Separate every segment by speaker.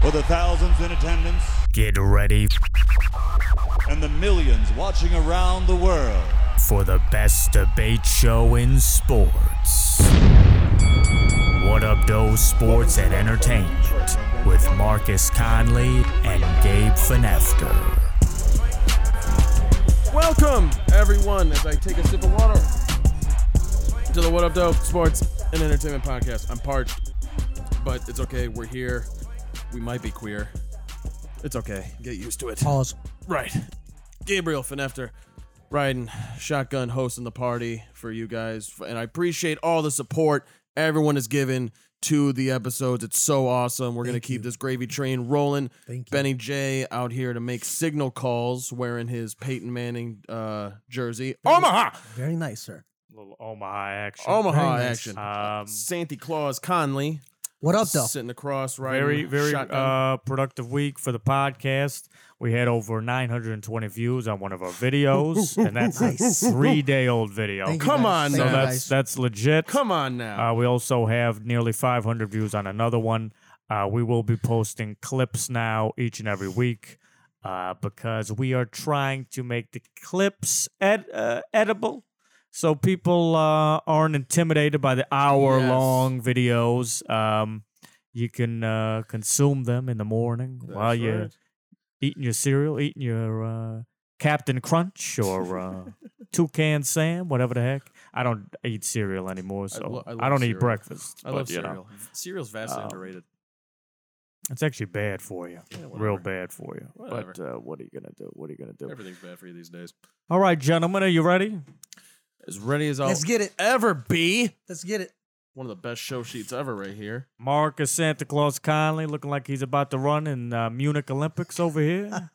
Speaker 1: For the thousands in attendance
Speaker 2: Get ready
Speaker 1: and the millions watching around the world.
Speaker 2: for the best debate show in sports. What Up Doe Sports and Entertainment with Marcus Conley and Gabe Finefter.
Speaker 3: Welcome, everyone, as I take a sip of water to the What Up Dope Sports and Entertainment Podcast. I'm parched, but it's okay. We're here. We might be queer. It's okay. Get used to it.
Speaker 4: Pause.
Speaker 3: Right. Gabriel Finefter, riding shotgun, hosting the party for you guys. And I appreciate all the support everyone has given to the episodes. It's so awesome. We're going to keep this gravy train rolling.
Speaker 4: Thank you.
Speaker 3: Benny J out here to make signal calls wearing his Peyton Manning uh, jersey. Omaha!
Speaker 4: Very nice, sir.
Speaker 5: little Omaha Oh, action.
Speaker 3: Omaha
Speaker 4: Very nice.
Speaker 3: action.
Speaker 5: Um,
Speaker 3: Santa Claus Conley
Speaker 4: What up, though?
Speaker 3: sitting across, right?
Speaker 5: very very
Speaker 3: shotgun.
Speaker 5: uh, productive week for the podcast. We had over 920 views on one of our videos, and that's
Speaker 4: Nice.
Speaker 5: a three day old video.
Speaker 4: Thank you,
Speaker 3: come
Speaker 4: guys.
Speaker 3: on
Speaker 4: Thank
Speaker 5: so
Speaker 3: now.
Speaker 4: you,
Speaker 5: that's
Speaker 4: guys.
Speaker 5: that's legit.
Speaker 3: Come on now.
Speaker 5: Uh, we also have nearly 500 views on another one. Uh, we will be posting clips now each and every week uh, because we are trying to make the clips ed- uh, edible. So people uh, aren't intimidated by the hour-long videos. Um, you can uh, consume them in the morning while
Speaker 3: That's
Speaker 5: you're
Speaker 3: right.
Speaker 5: eating your cereal, eating your uh, Captain Crunch or uh, Toucan Sam, whatever the heck. I don't eat cereal anymore, so I,
Speaker 3: lo- I love
Speaker 5: don't
Speaker 3: cereal.
Speaker 5: eat breakfast.
Speaker 3: I love
Speaker 5: but, you know,
Speaker 3: cereal. Cereal's vastly
Speaker 5: um,
Speaker 3: underrated.
Speaker 5: it's actually bad for you, real
Speaker 3: whatever.
Speaker 5: bad for you. But
Speaker 3: Whatever.
Speaker 5: uh, what are you gonna do? What are you gonna do?
Speaker 3: Everything's bad for you these days.
Speaker 5: All right, gentlemen, are you ready?
Speaker 3: As ready as I'll
Speaker 4: Let's get it.
Speaker 3: ever be.
Speaker 4: Let's get it.
Speaker 3: One of the best show sheets ever, right here.
Speaker 5: Marcus Santa Claus Conley looking like he's about to run in uh, Munich Olympics over here,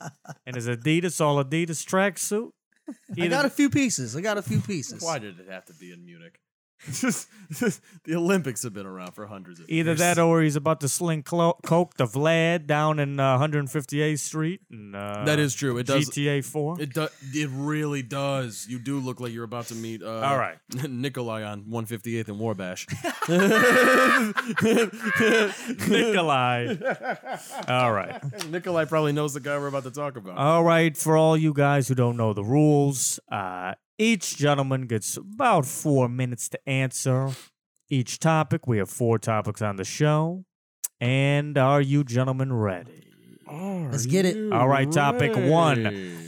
Speaker 5: and his Adidas all Adidas tracksuit.
Speaker 4: I
Speaker 5: Either-
Speaker 4: got a few pieces. I got a few pieces.
Speaker 3: did it have to be in Munich? the Olympics have been around for hundreds of
Speaker 5: Either
Speaker 3: years.
Speaker 5: that or he's about to sling clo- coke to Vlad down in uh, 158th Street. And, uh,
Speaker 3: that is true. It does.
Speaker 5: GTA 4.
Speaker 3: It do, It really does. You do look like you're about to meet. Uh,
Speaker 5: All right.
Speaker 3: Nikolai on 158th and Warbash.
Speaker 5: Nikolai. All right.
Speaker 3: Nikolai probably knows the guy we're about to talk about.
Speaker 5: All right. For all you guys who don't know the rules, uh, each gentleman gets about four minutes to answer each topic. We have four topics on the show. And are you gentlemen ready?
Speaker 4: Let's get it.
Speaker 5: All right, topic one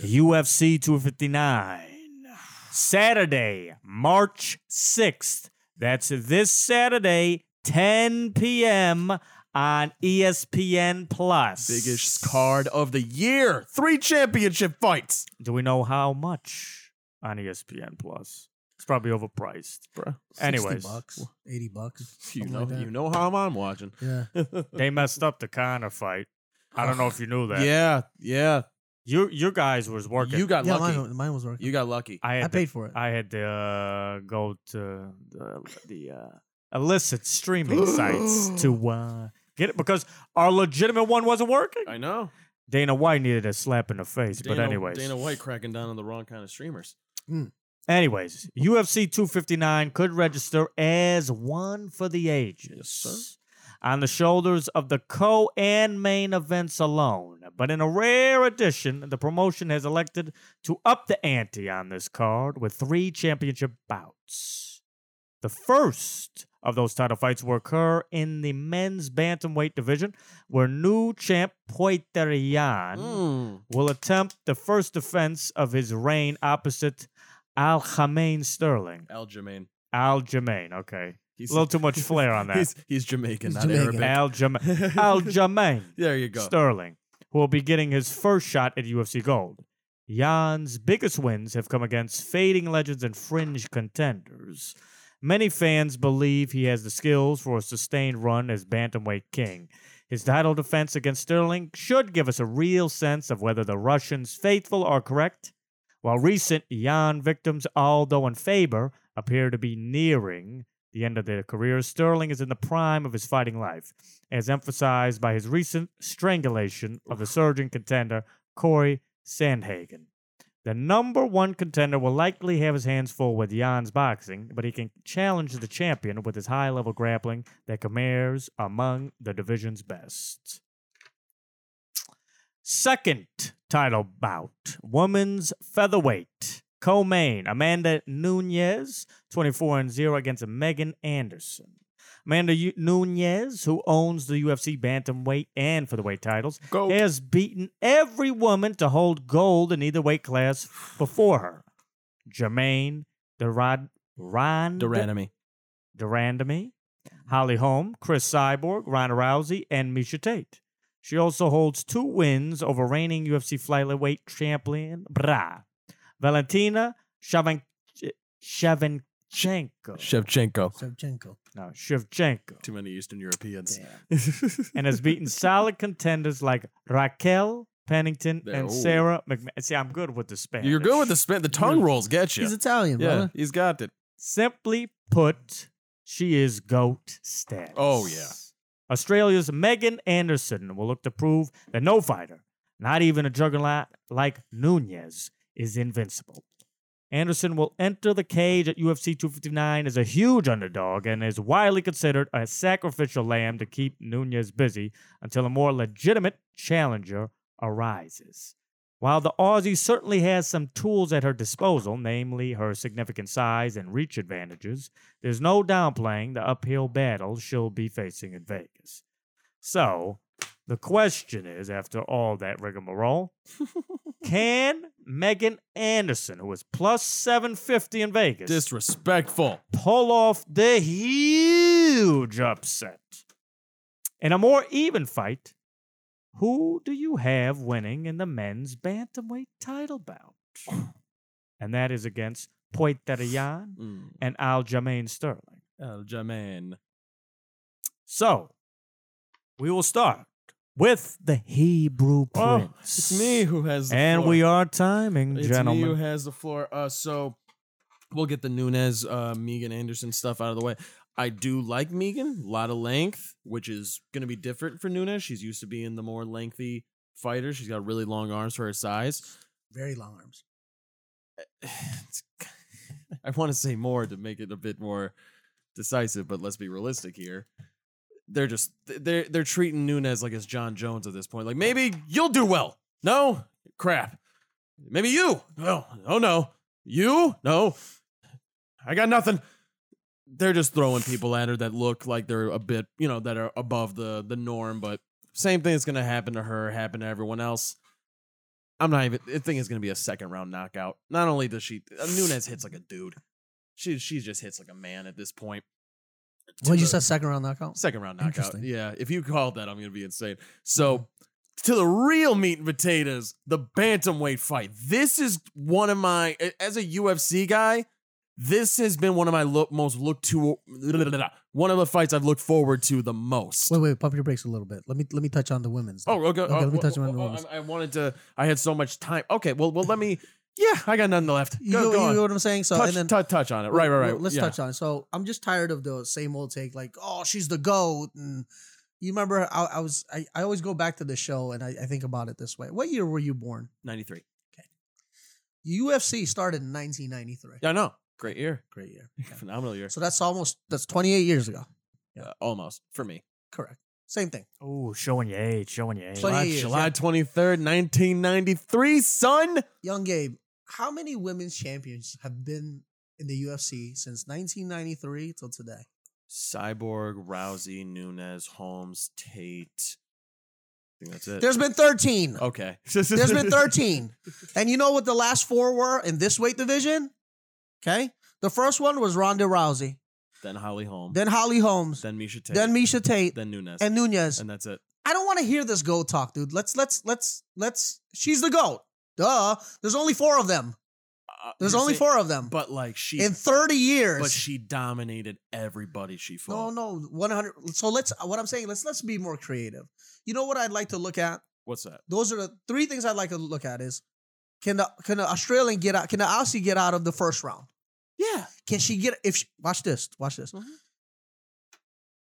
Speaker 5: UFC 259. Saturday, March 6th. That's this Saturday, 10 p.m. on E ESPN Plus.
Speaker 3: Biggest card of the year. Three championship fights.
Speaker 5: Do we know how much on E ESPN Plus? It's probably overpriced.
Speaker 3: Bro.
Speaker 4: 60
Speaker 5: Anyways.
Speaker 4: bucks, eighty bucks.
Speaker 3: You
Speaker 4: something
Speaker 3: know,
Speaker 4: like that.
Speaker 3: you know how I'm watching.
Speaker 4: Yeah.
Speaker 5: They messed up the Connor fight. I don't know if you knew that.
Speaker 3: Yeah, yeah.
Speaker 5: You your guys was working.
Speaker 3: You got
Speaker 4: yeah,
Speaker 3: lucky.
Speaker 4: mine, mine was working.
Speaker 3: You got lucky.
Speaker 5: I had
Speaker 4: I
Speaker 5: to-
Speaker 4: paid for it.
Speaker 5: I had to uh, go to the, the uh, illicit streaming sites to uh, get it because our legitimate one wasn't working.
Speaker 3: I know.
Speaker 5: Dana White needed a slap in the face. but
Speaker 3: Dana-
Speaker 5: anyways,
Speaker 3: Dana White cracking down on the wrong kind of streamers.
Speaker 5: anyways, UFC 259 could register as one for the ages.
Speaker 3: Yes, sir.
Speaker 5: On the shoulders of the co and main events alone. But in a rare edition, the promotion has elected to up the ante on this card with three championship bouts. The first of those title fights will occur in the men's bantamweight division, where new champ Poiterian
Speaker 3: Hmm.
Speaker 5: will attempt the first defense of his reign opposite Al Khamain Sterling.
Speaker 4: Hmm.
Speaker 3: Al Jermaine.
Speaker 5: Al Jermaine, okay.
Speaker 3: He's
Speaker 5: A little too much flair on that.
Speaker 3: He's, he's Jamaican,
Speaker 4: He's
Speaker 3: not
Speaker 4: Jamaican.
Speaker 5: Al Jermaine. Al Jermaine
Speaker 3: there you go.
Speaker 5: Sterling, who will be getting his first shot at UFC Gold. Jan's biggest wins have come against fading legends and fringe contenders. Many fans believe he has the skills for a sustained run as Bantamweight King. His title defense against Sterling should give us a real sense of whether the Russians faithful are correct, while recent Jan victims Aldo and Faber appear to be nearing the end of their careers, Sterling is in the prime of his fighting life, as emphasized by his recent strangulation of the surging contender Corey Sandhagen. The number one contender will likely have his hands full with Jan's boxing, but he can challenge the champion with his high level grappling that compares among the division's best. Second title bout, women's featherweight. Co-main, Amanda Nunez, 24 and 0 against Megan Anderson. Amanda U- Nunez, who owns the UFC bantamweight and featherweight titles,
Speaker 3: Go.
Speaker 5: has beaten every woman to hold gold in either weight class before her. Jermaine Durand, Rond,
Speaker 3: Duranami.
Speaker 5: Durandamy, Holly Holm, Chris Cyborg, Ronda Rousey, and Misha Tate. She also holds two wins over reigning UFC flyweight champion Bra, Valentina Shavan- Shevchenko.
Speaker 3: Shevchenko.
Speaker 4: Shevchenko.
Speaker 5: No, Shevchenko.
Speaker 3: Too many Eastern Europeans.
Speaker 5: and has beaten solid contenders like Raquel Pennington
Speaker 3: There-
Speaker 5: and
Speaker 3: ooh.
Speaker 5: Sarah McMahon. See, I'm good with the Spanish.
Speaker 3: You're good with the spin. The tongue rolls get you.
Speaker 4: He's Italian,
Speaker 3: yeah,
Speaker 4: brother.
Speaker 3: he's got it.
Speaker 5: Simply put, she is GOAT status.
Speaker 3: Oh, yeah.
Speaker 5: Australia's Megan Anderson will look to prove that no fighter, not even a juggernaut like Nunez, is invincible. Anderson will enter the cage at UFC 259 as a huge underdog and is widely considered a sacrificial lamb to keep Nunez busy until a more legitimate challenger arises. While the Aussie certainly has some tools at her disposal, namely her significant size and reach advantages, there's no downplaying the uphill battle she'll be facing in Vegas. So, the question is after all that rigmarole, can Megan Anderson, who is plus 750 in Vegas,
Speaker 3: Disrespectful.
Speaker 5: pull off the huge upset. In a more even fight, who do you have winning in the men's bantamweight title bout? And that is against Poitrian
Speaker 4: Hmm.
Speaker 3: Mm.
Speaker 5: and Aljamain Sterling.
Speaker 3: El Jaman.
Speaker 5: So, we will start with the Hebrew
Speaker 3: Oh,
Speaker 5: Prince.
Speaker 3: it's me who has the
Speaker 5: And
Speaker 3: floor.
Speaker 5: we are timing,
Speaker 3: It's me who
Speaker 5: gentlemen.
Speaker 3: has the floor. Uh, so we'll get the Nunez, uh, Megan Anderson stuff out of the way. I do like Megan, a lot of length, which is going to be different for Nunez. She's used to being the more lengthy fighter. She's got really long arms for her size.
Speaker 4: Very long arms.
Speaker 3: It's- I want to say more to make it a bit more decisive, but let's be realistic here. They're just they're they're treating Nunez like it's John Jones at this point. Like maybe you'll do well. No crap. Maybe you. No. Oh no. You? No. I got nothing. They're just throwing people at her that look like they're a bit, you know, that are above the the norm. But same thing is going to happen to her, happen to everyone else. I'm not even. I think it's going to be a second round knockout. Not only does she uh, Nunez hits like a dude, she she just hits like a man at this point.
Speaker 4: What you say? Second round knockout.
Speaker 3: Second round knockout.
Speaker 4: Interesting.
Speaker 3: Yeah, if you called that, I'm gonna be insane. So
Speaker 4: Mm-hmm.
Speaker 3: to the real meat and potatoes, the bantamweight fight. This is one of my as a UFC guy. This has been one of my look, most looked to one of the fights I've looked forward to the most.
Speaker 4: Wait, wait. Pump your brakes a little bit. Let me let me touch on the women's.
Speaker 3: Oh, okay.
Speaker 4: Okay,
Speaker 3: oh,
Speaker 4: let me
Speaker 3: wh-
Speaker 4: touch
Speaker 3: wh-
Speaker 4: on the
Speaker 3: oh,
Speaker 4: women's.
Speaker 3: I, I wanted to. I had so much time. Okay. Well, well, let me. Yeah, I got nothing left.
Speaker 4: you,
Speaker 3: Go,
Speaker 4: know-
Speaker 3: go
Speaker 4: you
Speaker 3: on.
Speaker 4: know what I'm saying? So
Speaker 3: touch,
Speaker 4: and then
Speaker 3: tou- touch on it. Right, right, right.
Speaker 4: Let's
Speaker 3: Yeah.
Speaker 4: touch on it. So I'm just tired of the same old take, like, oh, she's the goat. And you remember, I, I was, I, I always go back to the show and I, I think about it this way. What year were you born?
Speaker 3: Ninety-three.
Speaker 4: UFC started in 1993.
Speaker 3: Yeah, I know. Great year.
Speaker 4: Great year. Okay.
Speaker 3: Phenomenal year.
Speaker 4: so that's almost that's 28 years ago.
Speaker 3: Uh, almost for me.
Speaker 4: Correct. Same thing.
Speaker 5: Oh, showing your age, showing your age.
Speaker 4: Plenty
Speaker 3: July,
Speaker 4: of years,
Speaker 3: July
Speaker 4: yeah.
Speaker 3: 23rd, 1993, son.
Speaker 4: Young Gabe, how many women's champions have been in the UFC since 1993 till today?
Speaker 3: Cyborg, Rousey, Nunez, Holmes, Tate. I think that's it.
Speaker 4: There's been 13.
Speaker 3: okay.
Speaker 4: There's been 13. And you know what the last four were in this weight division? Okay. The first one was Ronda Rousey,
Speaker 3: Then Holly Holm.
Speaker 4: then Holly Holmes,
Speaker 3: Then Misha Tate.
Speaker 4: then Misha Tate,
Speaker 3: Then Nunez.
Speaker 4: and Nunez.
Speaker 3: and that's it.
Speaker 4: I don't want to hear this GOAT talk, dude. Let's, let's, let's, let's, she's the GOAT. Duh. There's only four of them.
Speaker 3: Uh,
Speaker 4: There's
Speaker 3: you're
Speaker 4: only
Speaker 3: saying-
Speaker 4: four of them.
Speaker 3: But like she,
Speaker 4: in 30 years.
Speaker 3: but she dominated everybody she
Speaker 4: no,
Speaker 3: fought.
Speaker 4: no, 100. So let's, what I'm saying, let's, let's be more creative. You know what I'd like to look at?
Speaker 3: What's that?
Speaker 4: Those are the three things I'd like to look at is can the, can the Australian get out, can the Aussie get out of the first round?
Speaker 3: Yeah.
Speaker 4: Can she get if she, watch this? Watch this.
Speaker 3: Mhm.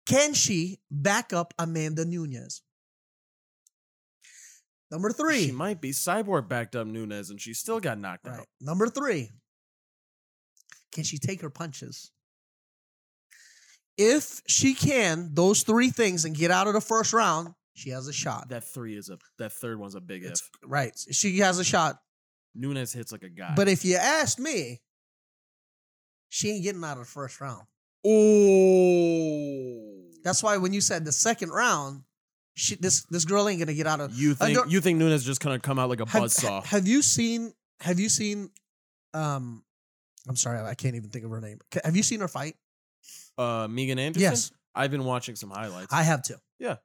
Speaker 4: Can she back up Amanda Nunez? Number three.
Speaker 3: She might be cyborg backed up Nunez, and she still got knocked
Speaker 4: right.
Speaker 3: out.
Speaker 4: Number three. Can she take her punches? If she can those three things and get out of the first round, She has a shot.
Speaker 3: That three is a that third one's a big
Speaker 4: It's-
Speaker 3: if.
Speaker 4: right. She has a shot.
Speaker 3: Nunes hits like a guy.
Speaker 4: But if you asked me, she ain't getting out of the first round.
Speaker 3: oh,
Speaker 4: That's why when you said the second round, she, this this girl ain't gonna get out of.
Speaker 3: you
Speaker 4: I
Speaker 3: think
Speaker 4: don't-
Speaker 3: you think Nunes just gonna come out like a
Speaker 4: Have,
Speaker 3: buzzsaw?
Speaker 4: ha- have you seen? Have you seen? Um, I'm sorry, I can't even think of her name. C- Have you seen her fight?
Speaker 3: Uh, Megan Anderson.
Speaker 4: Yes,
Speaker 3: I've been watching some highlights. I,
Speaker 4: I have too.
Speaker 3: Yeah.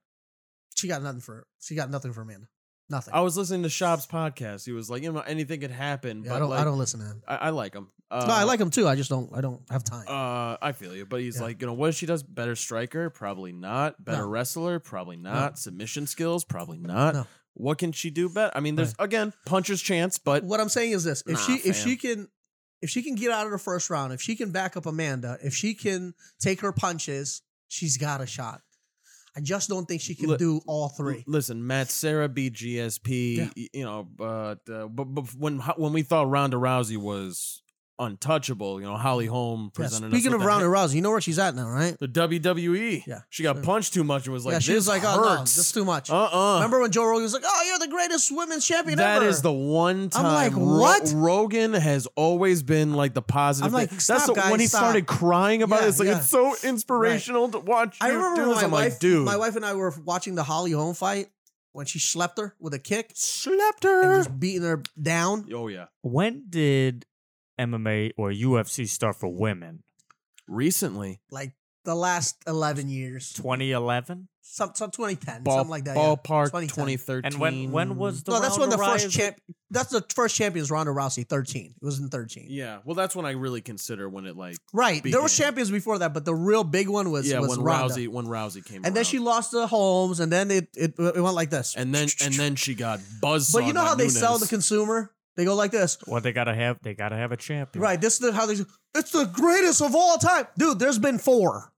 Speaker 4: she got nothing for. She got nothing for Amanda. Nothing.
Speaker 3: was listening to Shop's podcast. He was like, you know, anything could happen.
Speaker 4: Yeah,
Speaker 3: but
Speaker 4: I don't.
Speaker 3: like,
Speaker 4: I don't listen to him.
Speaker 3: I, I like him. Uh,
Speaker 4: no, I like him too. I just don't. I don't have time.
Speaker 3: Uh, I feel you, but he's
Speaker 4: Yeah.
Speaker 3: like, you know, what if she does? Better striker, probably not. Better
Speaker 4: No.
Speaker 3: wrestler, probably not. Submission skills, probably not.
Speaker 4: No.
Speaker 3: What can she do better? I mean, there's again puncher's chance, but
Speaker 4: what I'm saying is this: if
Speaker 3: Nah,
Speaker 4: she if
Speaker 3: fam.
Speaker 4: she can if she can get out of the first round, if she can back up Amanda, if she can take her punches, she's got a shot. I just don't think she can
Speaker 3: Look-
Speaker 4: do all three.
Speaker 3: L- listen, Matt Sarah beat GSP.
Speaker 4: Yeah.
Speaker 3: y- You know, but uh, but, but when ho- when we thought Ronda Rousey was untouchable, you know, Holly Holm
Speaker 4: Yeah,
Speaker 3: presented. us
Speaker 4: speaking
Speaker 3: with
Speaker 4: of
Speaker 3: the
Speaker 4: Ronda
Speaker 3: he-
Speaker 4: Rousey, you know where she's at now, right?
Speaker 3: the WWE.
Speaker 4: Yeah.
Speaker 3: she got punched too much and was like,
Speaker 4: yeah, she
Speaker 3: this
Speaker 4: was like,
Speaker 3: hurts.
Speaker 4: "Oh no, that's too much."
Speaker 3: Uh uh
Speaker 4: Remember when Joe Rogan was like, "Oh, you're the greatest women's champion
Speaker 3: That
Speaker 4: ever."
Speaker 3: is the one time.
Speaker 4: like,
Speaker 3: Ro-
Speaker 4: what?
Speaker 3: Rogan has always been like the positive.
Speaker 4: I'm like,
Speaker 3: thing.
Speaker 4: stop,
Speaker 3: That's the,
Speaker 4: guys,
Speaker 3: when he
Speaker 4: stop.
Speaker 3: started crying about
Speaker 4: Yeah,
Speaker 3: it. It's like
Speaker 4: yeah.
Speaker 3: it's so inspirational to watch.
Speaker 4: I
Speaker 3: you
Speaker 4: remember
Speaker 3: do
Speaker 4: when
Speaker 3: this.
Speaker 4: my
Speaker 3: I'm
Speaker 4: wife,
Speaker 3: like, dude,
Speaker 4: my wife and I were watching the Holly Holm fight when she slept her with a kick
Speaker 3: slapped
Speaker 4: and
Speaker 3: her.
Speaker 4: just beating her down.
Speaker 3: Oh yeah,
Speaker 5: When did MMA or UFC start for women?
Speaker 3: recently.
Speaker 4: Like the last eleven years,
Speaker 5: 2011.
Speaker 4: some, some 2010,
Speaker 3: Ball,
Speaker 4: something like that. yeah.
Speaker 3: ballpark
Speaker 4: 2010.
Speaker 3: 2013.
Speaker 5: And when when was the
Speaker 4: no, that's when
Speaker 5: Ronda
Speaker 4: the first
Speaker 5: Rousey-
Speaker 4: champ. That's the first champions Ronda Rousey. Thirteen. It was in thirteen.
Speaker 3: Yeah, well, that's when I really consider when it like
Speaker 4: Right. There
Speaker 3: Began.
Speaker 4: were champions before that, but the real big one was
Speaker 3: yeah
Speaker 4: was
Speaker 3: when
Speaker 4: Ronda.
Speaker 3: Rousey when Rousey came
Speaker 4: and then she
Speaker 3: around.
Speaker 4: lost to Holmes, and then it it, it went like this.
Speaker 3: and then and then she got buzzed.
Speaker 4: but you know how they sell the consumer? They go like this.
Speaker 5: Well, they gotta have they gotta have a champion.
Speaker 4: Right. This is the, how they. It's the greatest of all time, dude. There's been four.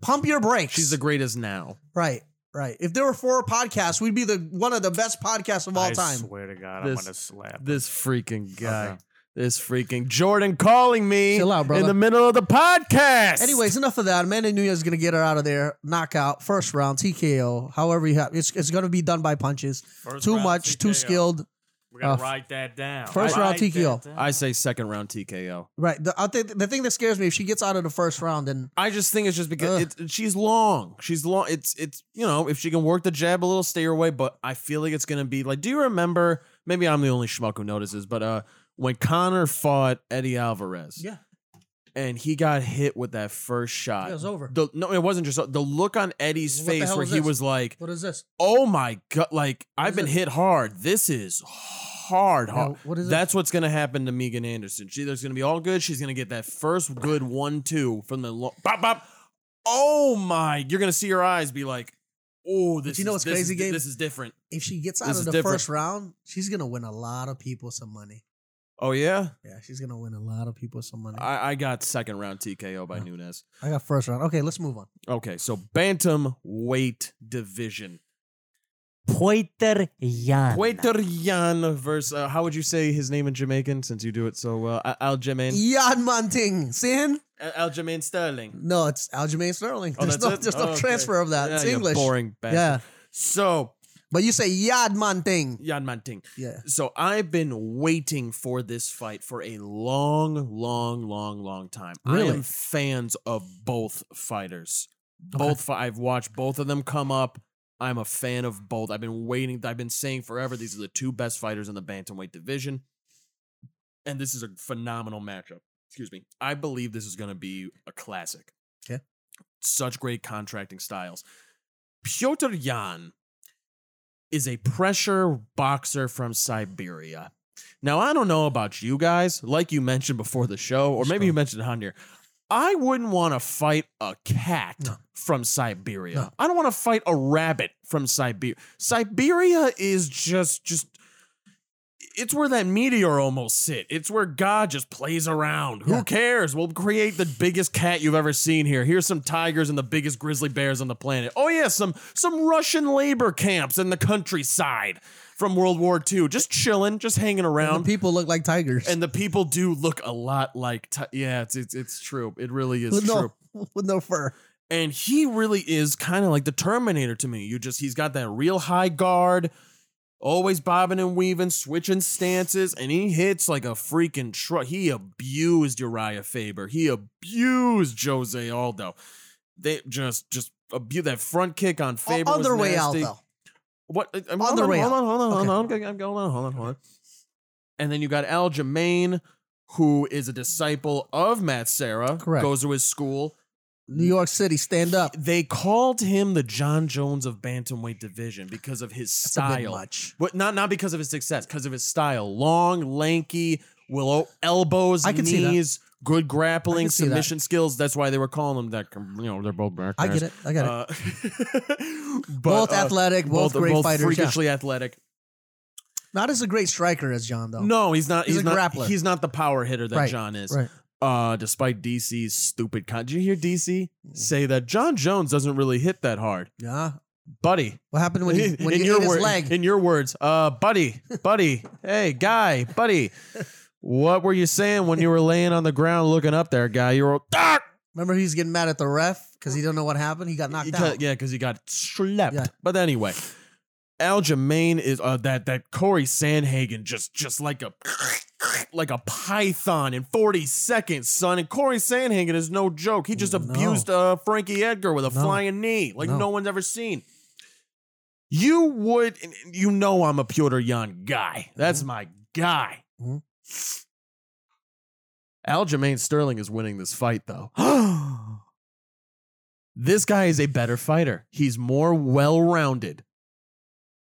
Speaker 4: Pump your brakes.
Speaker 3: She's the greatest now.
Speaker 4: right. Right. If there were four podcasts, we'd be the one of the best podcasts of all
Speaker 5: I
Speaker 4: time.
Speaker 5: swear to God,
Speaker 3: This-
Speaker 5: I'm gonna slap.
Speaker 3: This freaking guy.
Speaker 5: Okay.
Speaker 3: This freaking Jordan calling me
Speaker 4: Chill out,
Speaker 3: in
Speaker 4: brother.
Speaker 3: the middle of the podcast.
Speaker 4: Anyways, enough of that. Amanda Nunez is going to get her out of there. Knockout, first round, TKO. However, you have it's, it's going to be done by punches.
Speaker 5: First
Speaker 4: too
Speaker 5: round
Speaker 4: much, too
Speaker 5: TKO.
Speaker 4: skilled.
Speaker 5: We gotta
Speaker 4: uh,
Speaker 5: write that down.
Speaker 4: first round
Speaker 5: Write that
Speaker 4: TKO.
Speaker 5: down.
Speaker 3: I say second round TKO.
Speaker 4: Right. The, I think the thing that scares me if she gets out of the first round, then
Speaker 3: I just think it's just because it's she's long. She's long. It's it's you know if she can work the jab a little, stay her way. But I feel like it's gonna be like. Do you remember? Maybe I'm the only schmuck who notices, but uh, when Connor fought Eddie Alvarez,
Speaker 4: Yeah.
Speaker 3: and he got hit with that first shot.
Speaker 4: it was over.
Speaker 3: The, no, it wasn't just the look on Eddie's
Speaker 4: What the
Speaker 3: face
Speaker 4: hell
Speaker 3: where
Speaker 4: is
Speaker 3: he
Speaker 4: this?
Speaker 3: was like,
Speaker 4: what is this?
Speaker 3: "Oh my god! Like
Speaker 4: What
Speaker 3: I've
Speaker 4: is
Speaker 3: been
Speaker 4: this?
Speaker 3: hit hard. This is hard, hard."
Speaker 4: Now, what is that?
Speaker 3: That's what's going to happen to Megan Anderson. She, there's going to be all good. She's going to get that first good one, two from the lo- bop, bop. Oh my! You're going to see her eyes be like, oh, this.
Speaker 4: you know
Speaker 3: is,
Speaker 4: what's
Speaker 3: this
Speaker 4: crazy,
Speaker 3: Is, di-
Speaker 4: Gabe?
Speaker 3: This is different.
Speaker 4: If she gets out
Speaker 3: This
Speaker 4: of
Speaker 3: is
Speaker 4: the
Speaker 3: different.
Speaker 4: first round, she's going to win a lot of people some money.
Speaker 3: Oh yeah,
Speaker 4: Yeah, she's going to win a lot of people some money. I,
Speaker 3: I, I got second round TKO by Nunes.
Speaker 4: got first round. Okay, let's move on.
Speaker 3: Okay, so bantam weight division.
Speaker 5: Poiter Jan.
Speaker 3: Puerto Rican versus uh, how would you say his name in Jamaican since you do it so well? Uh, Aljamain
Speaker 4: Jan Manting. Sin?
Speaker 3: Al- Aljamain Sterling.
Speaker 4: No, it's Aljamain Sterling.
Speaker 3: Oh,
Speaker 4: there's
Speaker 3: that's
Speaker 4: no,
Speaker 3: it?
Speaker 4: there's
Speaker 3: Oh,
Speaker 4: no
Speaker 3: okay.
Speaker 4: transfer of that.
Speaker 3: Yeah,
Speaker 4: it's
Speaker 3: you
Speaker 4: English.
Speaker 3: boring bastard.
Speaker 4: Yeah.
Speaker 3: So
Speaker 4: But you say Yad Manting.
Speaker 3: Yan Manting.
Speaker 4: Yeah.
Speaker 3: So I've been waiting for this fight for a long, long, long, long time. I
Speaker 4: Really?
Speaker 3: am fans of both fighters. Both fi- I've watched both of them come up. I'm a fan of both. I've been waiting. I've been saying forever these are the two best fighters in the bantamweight division. And this is a phenomenal matchup. Excuse me. I believe this is going to be a classic.
Speaker 4: Okay.
Speaker 3: Such great contracting styles. Pyotr Yan is a pressure boxer from Siberia. Now, I don't know about you guys, like you mentioned before the show, or maybe you mentioned it on here. I wouldn't want to fight a cat
Speaker 4: No.
Speaker 3: from Siberia.
Speaker 4: No.
Speaker 3: I don't want to fight a rabbit from Siberia. Siberia is just just it's where that meteor almost sit. It's where God just plays around. Who
Speaker 4: Yeah.
Speaker 3: cares? We'll create the biggest cat you've ever seen here. Here's some tigers and the biggest grizzly bears on the planet. Oh yeah, some some Russian labor camps in the countryside from World War II. Just chilling, just hanging
Speaker 4: And
Speaker 3: around.
Speaker 4: the people look like tigers.
Speaker 3: And the people do look a lot like ti- yeah, it's it's, it's true. It really is
Speaker 4: with
Speaker 3: true
Speaker 4: no, with no fur.
Speaker 3: And he really is kind of like the Terminator to me. You just he's got that real high guard, always bobbing and weaving, switching stances, and he hits like a freaking truck. He abused Uriah Faber. He abused Jose Aldo. They just just abuse that front kick on Faber.
Speaker 4: on
Speaker 3: was
Speaker 4: their way out
Speaker 3: nasty.
Speaker 4: though.
Speaker 3: What? I- I'm,
Speaker 4: On
Speaker 3: hold
Speaker 4: the
Speaker 3: on,
Speaker 4: rail.
Speaker 3: Hold on, hold on, hold on, hold on, hold on, hold on, hold on. And then you got Al Jermaine, who is a disciple of Matt Sarah.
Speaker 4: Correct.
Speaker 3: Goes to his school.
Speaker 4: New York City, stand up.
Speaker 3: They called him the John Jones of bantamweight division because of his
Speaker 4: That's a bit
Speaker 3: style.
Speaker 4: much.
Speaker 3: But not not because of his success, because of his style. Long, lanky, willow elbows,
Speaker 4: I can see that.
Speaker 3: knees, good grappling,
Speaker 4: see that.
Speaker 3: submission skills. That's why they were calling him that. You know, they're both back.
Speaker 4: I get it. I get it. both
Speaker 3: uh, both
Speaker 4: athletic, both, great fighters. Yeah.
Speaker 3: freakishly athletic.
Speaker 4: Not as a great striker as John though.
Speaker 3: No, he's not.
Speaker 4: He's
Speaker 3: He's,
Speaker 4: a
Speaker 3: not.
Speaker 4: grappler.
Speaker 3: He's not the power hitter that
Speaker 4: Right,
Speaker 3: John is.
Speaker 4: right.
Speaker 3: Uh, despite DC's stupid con. Did you hear DC
Speaker 4: Mm.
Speaker 3: say that John Jones doesn't really hit that hard,
Speaker 4: Yeah.
Speaker 3: buddy?
Speaker 4: What happened when he when
Speaker 3: in
Speaker 4: he
Speaker 3: your
Speaker 4: hit his
Speaker 3: wor-
Speaker 4: leg?
Speaker 3: in your words, uh, buddy, buddy, hey, guy, buddy, what were you saying when you were laying on the ground looking up there, guy? You were ah!
Speaker 4: Remember he's getting mad at the ref because he don't know what happened. He got knocked
Speaker 3: He
Speaker 4: out.
Speaker 3: got- yeah, because he got slept.
Speaker 4: Yeah.
Speaker 3: But anyway, Al Jermaine is uh, that that Corey Sandhagen just just like a like a python in 40 seconds, son. And Corey Sandhagen is no joke. He just
Speaker 4: No.
Speaker 3: abused uh, Frankie Edgar with a
Speaker 4: No.
Speaker 3: flying knee, like
Speaker 4: No.
Speaker 3: no one's ever seen. You would, and you know, I'm a Piotr Jan guy. That's
Speaker 4: Mm-hmm.
Speaker 3: my guy.
Speaker 4: Mhm.
Speaker 3: Al Jermaine Sterling is winning this fight, though. this guy is a better fighter. He's more well rounded.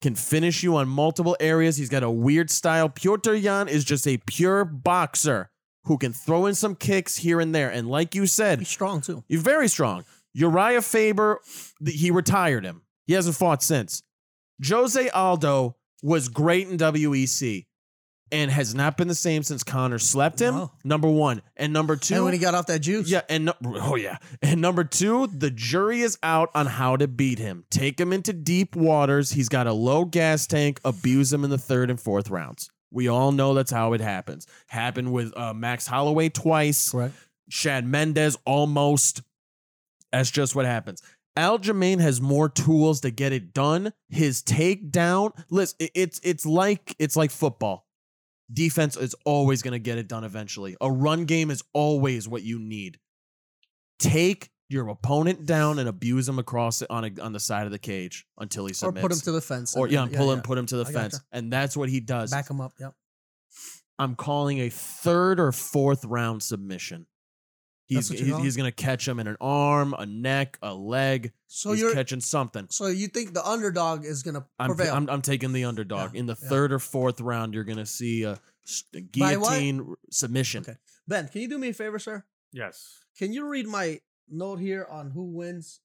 Speaker 3: Can finish you on multiple areas. He's got a weird style. Piotr Jan is just a pure boxer who can throw in some kicks here and there. And like you said,
Speaker 4: He's strong too.
Speaker 3: you're very strong. Uriah Faber, th- he retired him. He hasn't fought since. Jose Aldo was great in WEC and has not been the same since Connor slept him.
Speaker 4: No.
Speaker 3: Number one. And number two.
Speaker 4: And when he got off that juice,
Speaker 3: Yeah, and no, oh yeah, and number two, the jury is out on how to beat him. Take him into deep waters. He's got a low gas tank. Abuse him in the third and fourth rounds. We all know that's how it happens. Happened with uh, Max Holloway twice.
Speaker 4: Correct.
Speaker 3: Shad Mendez almost. That's just what happens. Al Jermaine has more tools to get it done. His takedown, listen, it- it's it's like it's like football defense is always going to get it done eventually. A run game is always what you need. Take your opponent down and abuse him across on a, on the side of the cage until he
Speaker 4: or
Speaker 3: submits,
Speaker 4: put him to the fence.
Speaker 3: or
Speaker 4: and
Speaker 3: yeah,
Speaker 4: then-
Speaker 3: pull him, put him to the
Speaker 4: I
Speaker 3: fence,
Speaker 4: gotcha.
Speaker 3: and that's what he does.
Speaker 4: back him up. Yep.
Speaker 3: I'm calling a third or fourth round submission. He's
Speaker 4: That's what you're
Speaker 3: he's,
Speaker 4: calling?
Speaker 3: he's going to catch him in an arm, a neck, a leg.
Speaker 4: So
Speaker 3: he's
Speaker 4: you're
Speaker 3: catching something.
Speaker 4: so you think the underdog is gonna
Speaker 3: I'm,
Speaker 4: prevail?
Speaker 3: I'm I'm taking the underdog
Speaker 4: Yeah,
Speaker 3: in the
Speaker 4: yeah.
Speaker 3: third or fourth round. You're going to see a, s- a
Speaker 4: By what?
Speaker 3: guillotine submission.
Speaker 4: Okay. ben, can you do me a favor, sir?
Speaker 5: Yes.
Speaker 4: Can you read my note here on who wins?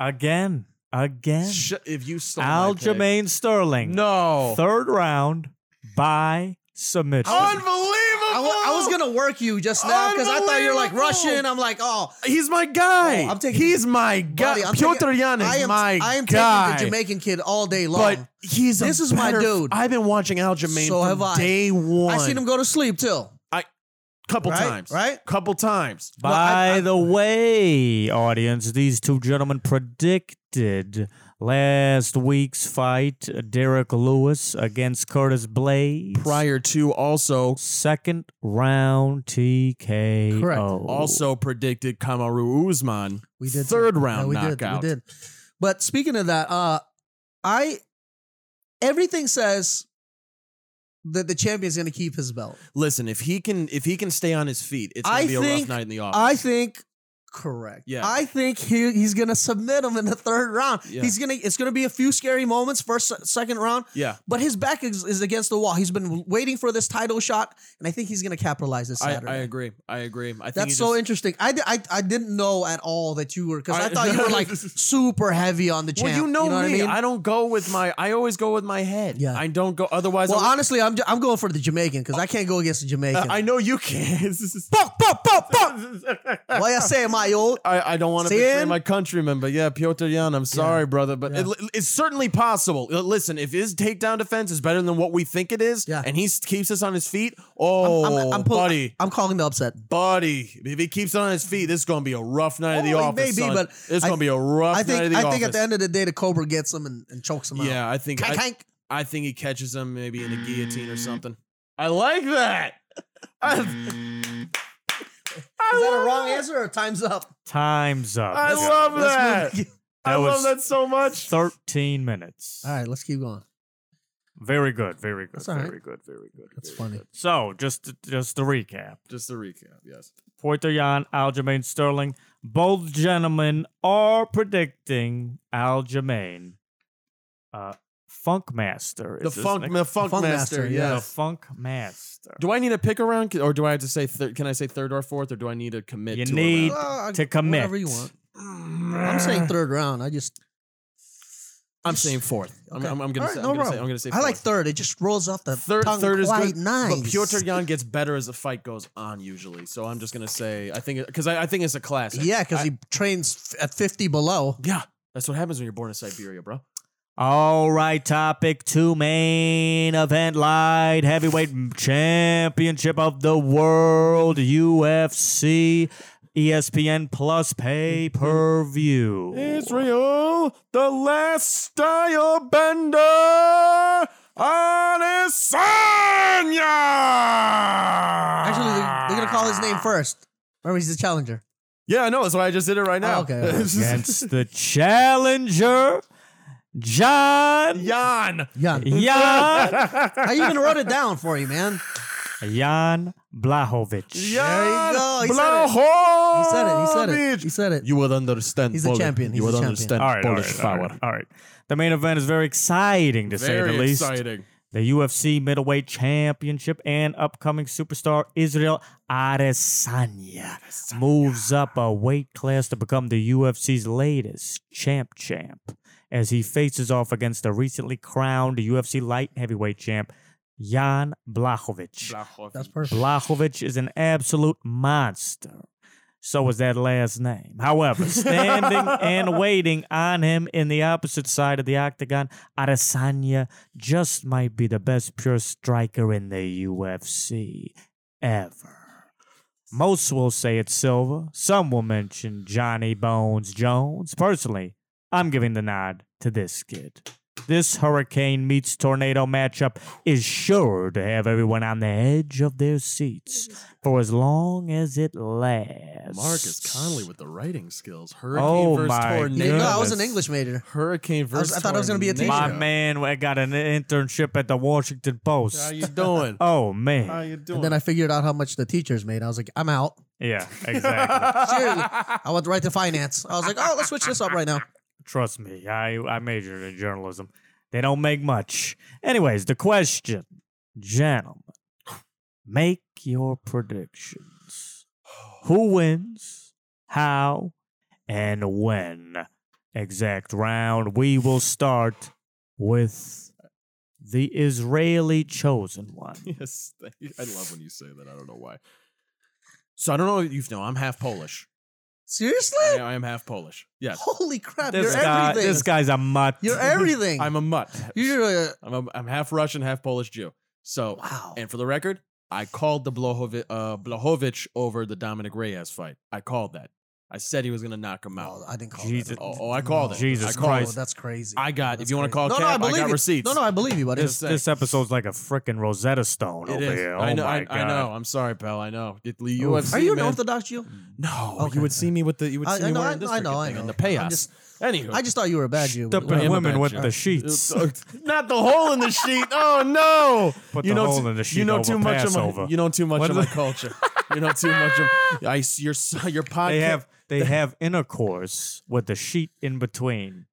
Speaker 5: Again. Again.
Speaker 3: Sh- if you stole
Speaker 5: Al
Speaker 3: my pick.
Speaker 5: Jermaine Sterling.
Speaker 3: no,
Speaker 5: Third round by submission.
Speaker 3: unbelievable.
Speaker 4: I wa- I was gonna work you just now because I thought you were like
Speaker 3: Unbelievable!
Speaker 4: Russian. I'm like, oh,
Speaker 3: He's my guy.
Speaker 4: Oh, I'm taking-
Speaker 3: he's my guy.
Speaker 4: buddy, I'm
Speaker 3: Piotr
Speaker 4: taking-
Speaker 3: Jan is
Speaker 4: I am,
Speaker 3: my
Speaker 4: I am
Speaker 3: guy.
Speaker 4: taking the Jamaican kid all day long.
Speaker 3: but he's a
Speaker 4: This is my
Speaker 3: better-
Speaker 4: dude.
Speaker 3: I've been watching Al Jermaine
Speaker 4: So
Speaker 3: from
Speaker 4: have I.
Speaker 3: day one.
Speaker 4: I seen him go to sleep too.
Speaker 3: couple
Speaker 4: Right,
Speaker 3: times.
Speaker 4: right?
Speaker 3: Couple times.
Speaker 5: By
Speaker 4: Well, I- I-
Speaker 5: the way, audience, these two gentlemen predicted last week's fight Derek Lewis against Curtis Blades.
Speaker 3: Prior to also
Speaker 5: Second round TKO.
Speaker 4: Correct.
Speaker 3: also predicted Kamaru Usman.
Speaker 4: We did
Speaker 3: third
Speaker 4: too.
Speaker 3: round
Speaker 4: Yeah, we
Speaker 3: knockout.
Speaker 4: Did, we did. But speaking of that, uh, I everything says that the champion's going to keep his belt.
Speaker 3: Listen, if he can if he can stay on his feet, it's
Speaker 4: I
Speaker 3: gonna be a rough
Speaker 4: think-
Speaker 3: night in the office.
Speaker 4: I think correct.
Speaker 3: Oh. Yeah.
Speaker 4: I think he, he's going to submit him in the third round.
Speaker 3: Yeah.
Speaker 4: He's going to it's going to be a few scary moments first se- second round,
Speaker 3: yeah.
Speaker 4: but his back is, is against the wall. He's been waiting for this title shot and I think he's going to capitalize this
Speaker 3: I,
Speaker 4: Saturday.
Speaker 3: I agree. I agree. I think
Speaker 4: That's
Speaker 3: he
Speaker 4: so
Speaker 3: just-
Speaker 4: interesting. I, di- I, I didn't know at all that you were because I,
Speaker 3: I-
Speaker 4: thought you were like super heavy on the champ.
Speaker 3: Well, you know,
Speaker 4: what
Speaker 3: me. I,
Speaker 4: I mean?
Speaker 3: don't go with my. I always go with my head.
Speaker 4: Yeah.
Speaker 3: I don't go otherwise.
Speaker 4: Well,
Speaker 3: I,
Speaker 4: honestly, I'm, ju- I'm going for the Jamaican because I can't go against the Jamaican.
Speaker 3: I know you can.
Speaker 4: Fuck, fuck, fuck, fuck. Why you say, my old.
Speaker 3: I, I don't want to betray
Speaker 4: Sin?
Speaker 3: my countrymen, but yeah, Piotr Jan, I'm sorry, brother, but it, it's certainly possible. Uh, Listen, if his takedown defense is better than what we think it is,
Speaker 4: Yeah.
Speaker 3: and he s- keeps us on his feet, oh,
Speaker 4: pull-
Speaker 3: buddy,
Speaker 4: I'm calling the upset.
Speaker 3: buddy, if he keeps it on his feet, this is going to be a rough night of the
Speaker 4: Oh, it
Speaker 3: office.
Speaker 4: may be,
Speaker 3: son.
Speaker 4: but
Speaker 3: it's
Speaker 4: I-
Speaker 3: going to be a rough night
Speaker 4: I
Speaker 3: of
Speaker 4: think
Speaker 3: the
Speaker 4: I
Speaker 3: office.
Speaker 4: think at the end of the day, the Cobra gets him and, and chokes him out.
Speaker 3: yeah, I think I,
Speaker 4: Kank, kank.
Speaker 3: I think he catches him maybe in a guillotine or something. I like that. I,
Speaker 4: Is that a wrong answer or time's up?
Speaker 5: Time's up.
Speaker 3: I love that.
Speaker 4: Let's move-
Speaker 5: That
Speaker 3: I
Speaker 5: was
Speaker 3: love that so much.
Speaker 5: 13 minutes.
Speaker 4: All right, let's keep going.
Speaker 5: Very good. Very good.
Speaker 4: That's all right.
Speaker 5: Very good. Very good.
Speaker 4: That's
Speaker 5: very
Speaker 4: funny.
Speaker 5: good. So, just to, just to recap.
Speaker 3: Just a recap, yes.
Speaker 5: Puerto Jan, Aljamain Sterling. Both gentlemen are predicting Aljamain. Uh, Funk Master.
Speaker 3: The
Speaker 5: is his
Speaker 3: funk,
Speaker 5: nick-
Speaker 3: the funk,
Speaker 4: Funk
Speaker 3: master,
Speaker 4: Master,
Speaker 3: yes.
Speaker 5: The Funk Master.
Speaker 3: Do I need a pick around, or do I have to say? Thir- can I say third or fourth, or do I need to commit?
Speaker 5: You
Speaker 3: to
Speaker 5: need-
Speaker 3: A round?
Speaker 4: Well, I-
Speaker 5: to commit.
Speaker 4: Whatever you want. I'm saying third round. I just
Speaker 3: I'm saying fourth. I'm,
Speaker 4: Okay.
Speaker 3: I'm, I'm gonna.
Speaker 4: All
Speaker 3: say,
Speaker 4: right,
Speaker 3: I'm,
Speaker 4: no
Speaker 3: gonna say,
Speaker 4: problem.
Speaker 3: I'm gonna say.
Speaker 4: I like
Speaker 3: fourth.
Speaker 4: third. It just rolls off the
Speaker 3: Third,
Speaker 4: tongue
Speaker 3: third is
Speaker 4: quite
Speaker 3: good,
Speaker 4: nice.
Speaker 3: but Piotr Jan gets better as the fight goes on usually. So I'm just gonna say I think because I, I think it's a classic.
Speaker 4: Yeah, because
Speaker 3: I-
Speaker 4: he trains f- at 50 below.
Speaker 3: yeah, that's what happens when you're born in Siberia, bro.
Speaker 5: All right, topic two main event light heavyweight championship of the world UFC E ESPN plus pay per view.
Speaker 3: Israel, the last style bender, Adesanya.
Speaker 4: Actually, they're, they're gonna call his
Speaker 3: Ah.
Speaker 4: name first. Remember, he's the challenger.
Speaker 3: Yeah, I know. That's why I just did it right now.
Speaker 4: Oh, okay, okay.
Speaker 3: This is-
Speaker 5: against the challenger, John
Speaker 3: Jan.
Speaker 4: Yeah,
Speaker 5: Jan
Speaker 4: I even wrote it down for you, man.
Speaker 5: Jan Blahovic.
Speaker 3: Jan
Speaker 4: go. He said it. He said it. He said it. He said it.
Speaker 3: You will understand.
Speaker 4: He's a
Speaker 3: Poland.
Speaker 4: champion. He's
Speaker 3: you will
Speaker 4: a champion.
Speaker 3: understand
Speaker 5: All right, all
Speaker 3: Polish
Speaker 5: right, all
Speaker 3: power.
Speaker 5: right, all right. The main event is very exciting to say the least.
Speaker 3: exciting.
Speaker 5: the UFC middleweight championship and upcoming superstar Israel Adesanya, moves up a weight class to become the UFC's latest champ champ as he faces off against the recently crowned UFC light heavyweight champ Jan Blachowicz.
Speaker 4: That's perfect.
Speaker 5: Blachowicz is an absolute monster. So was that last name. However, standing and waiting on him in the opposite side of the octagon, Adesanya just might be the best pure striker in the UFC ever. Most will say it's Silva. Some will mention Johnny Bones Jones. Personally, I'm giving the nod to this kid. This hurricane meets tornado matchup is sure to have everyone on the edge of their seats for as long as it lasts.
Speaker 3: Marcus Conley with the writing skills. Hurricane
Speaker 5: Oh
Speaker 3: versus
Speaker 5: my
Speaker 3: tornado.
Speaker 4: You know, I
Speaker 5: goodness.
Speaker 4: was an English major.
Speaker 3: Hurricane versus.
Speaker 4: I thought I was gonna be a teacher.
Speaker 5: My
Speaker 3: tornado.
Speaker 5: man I got an internship at the Washington
Speaker 3: How
Speaker 5: Post.
Speaker 3: you doing?
Speaker 5: Oh
Speaker 3: How
Speaker 5: man.
Speaker 3: you doing?
Speaker 4: And then I figured out how much the teachers made. I was like, I'm out.
Speaker 5: Yeah, exactly.
Speaker 4: Seriously, I went right to finance. I was like, oh, let's switch this up right now.
Speaker 5: Trust me, I, I majored in journalism. They don't make much. Anyways, the question, gentlemen, make your predictions. Who wins, how, and when? Exact round. We will start with the Israeli chosen one.
Speaker 3: yes, thank you. I love when you say that. I don't know why. So I don't know if you know. I'm half Polish. I,
Speaker 4: Seriously?
Speaker 3: I am half Polish. Yes,
Speaker 4: Holy crap!
Speaker 5: This,
Speaker 4: You're
Speaker 5: guy,
Speaker 4: everything.
Speaker 5: this guy's a mutt.
Speaker 4: You're everything.
Speaker 3: I'm a mutt.
Speaker 4: You're a
Speaker 3: I'm, a, I'm half Russian, half Polish Jew. So
Speaker 4: wow.
Speaker 3: And for the record, I called the Blahovic, uh, Blahovic over the Dominic Reyes fight. I called that. I said he was going to knock him out.
Speaker 4: No, I didn't call
Speaker 5: Jesus.
Speaker 4: that.
Speaker 3: Oh, oh, I called it.
Speaker 5: Jesus
Speaker 3: I
Speaker 4: No,
Speaker 3: called
Speaker 5: Christ.
Speaker 4: that's crazy.
Speaker 3: I got, if
Speaker 4: That's
Speaker 3: you want to
Speaker 4: crazy.
Speaker 3: call
Speaker 4: no,
Speaker 3: cab,
Speaker 4: no, I
Speaker 3: I,
Speaker 4: believe
Speaker 3: got
Speaker 4: you.
Speaker 3: receipts.
Speaker 4: No, no, I believe you, buddy.
Speaker 5: This, this episode's like a freaking Rosetta Stone
Speaker 3: It
Speaker 5: over
Speaker 3: is.
Speaker 5: here. Oh
Speaker 3: I know.
Speaker 5: my
Speaker 3: I,
Speaker 5: God.
Speaker 3: I know. I'm sorry, pal. I know. Get the
Speaker 5: Oof.
Speaker 3: UFC.
Speaker 4: Oh, Are you an
Speaker 3: man.
Speaker 4: Orthodox Jew?
Speaker 3: No.
Speaker 4: Okay.
Speaker 3: You would see me with the. You would
Speaker 4: I-
Speaker 3: see
Speaker 4: I
Speaker 3: me
Speaker 4: know,
Speaker 3: wearing
Speaker 4: I-
Speaker 3: this
Speaker 4: I know,
Speaker 3: freaking
Speaker 4: I
Speaker 3: thing
Speaker 4: know.
Speaker 3: and the
Speaker 4: I'm
Speaker 3: payoffs.
Speaker 4: just-
Speaker 3: Anywho,
Speaker 4: I just thought you were a bad Jew.
Speaker 5: Stupid
Speaker 3: I am a
Speaker 5: women
Speaker 3: bad
Speaker 5: with
Speaker 3: Jew.
Speaker 5: the sheets.
Speaker 3: not the hole in the sheet. Oh no!
Speaker 5: Put the hole in the sheet
Speaker 3: You know
Speaker 5: over
Speaker 3: too much
Speaker 5: Passover.
Speaker 3: of my. You know too much
Speaker 5: What
Speaker 3: of
Speaker 5: is
Speaker 3: my
Speaker 5: it?
Speaker 3: culture. You know too much of. I your your podcast.
Speaker 5: they have they have intercourse with the sheet in between.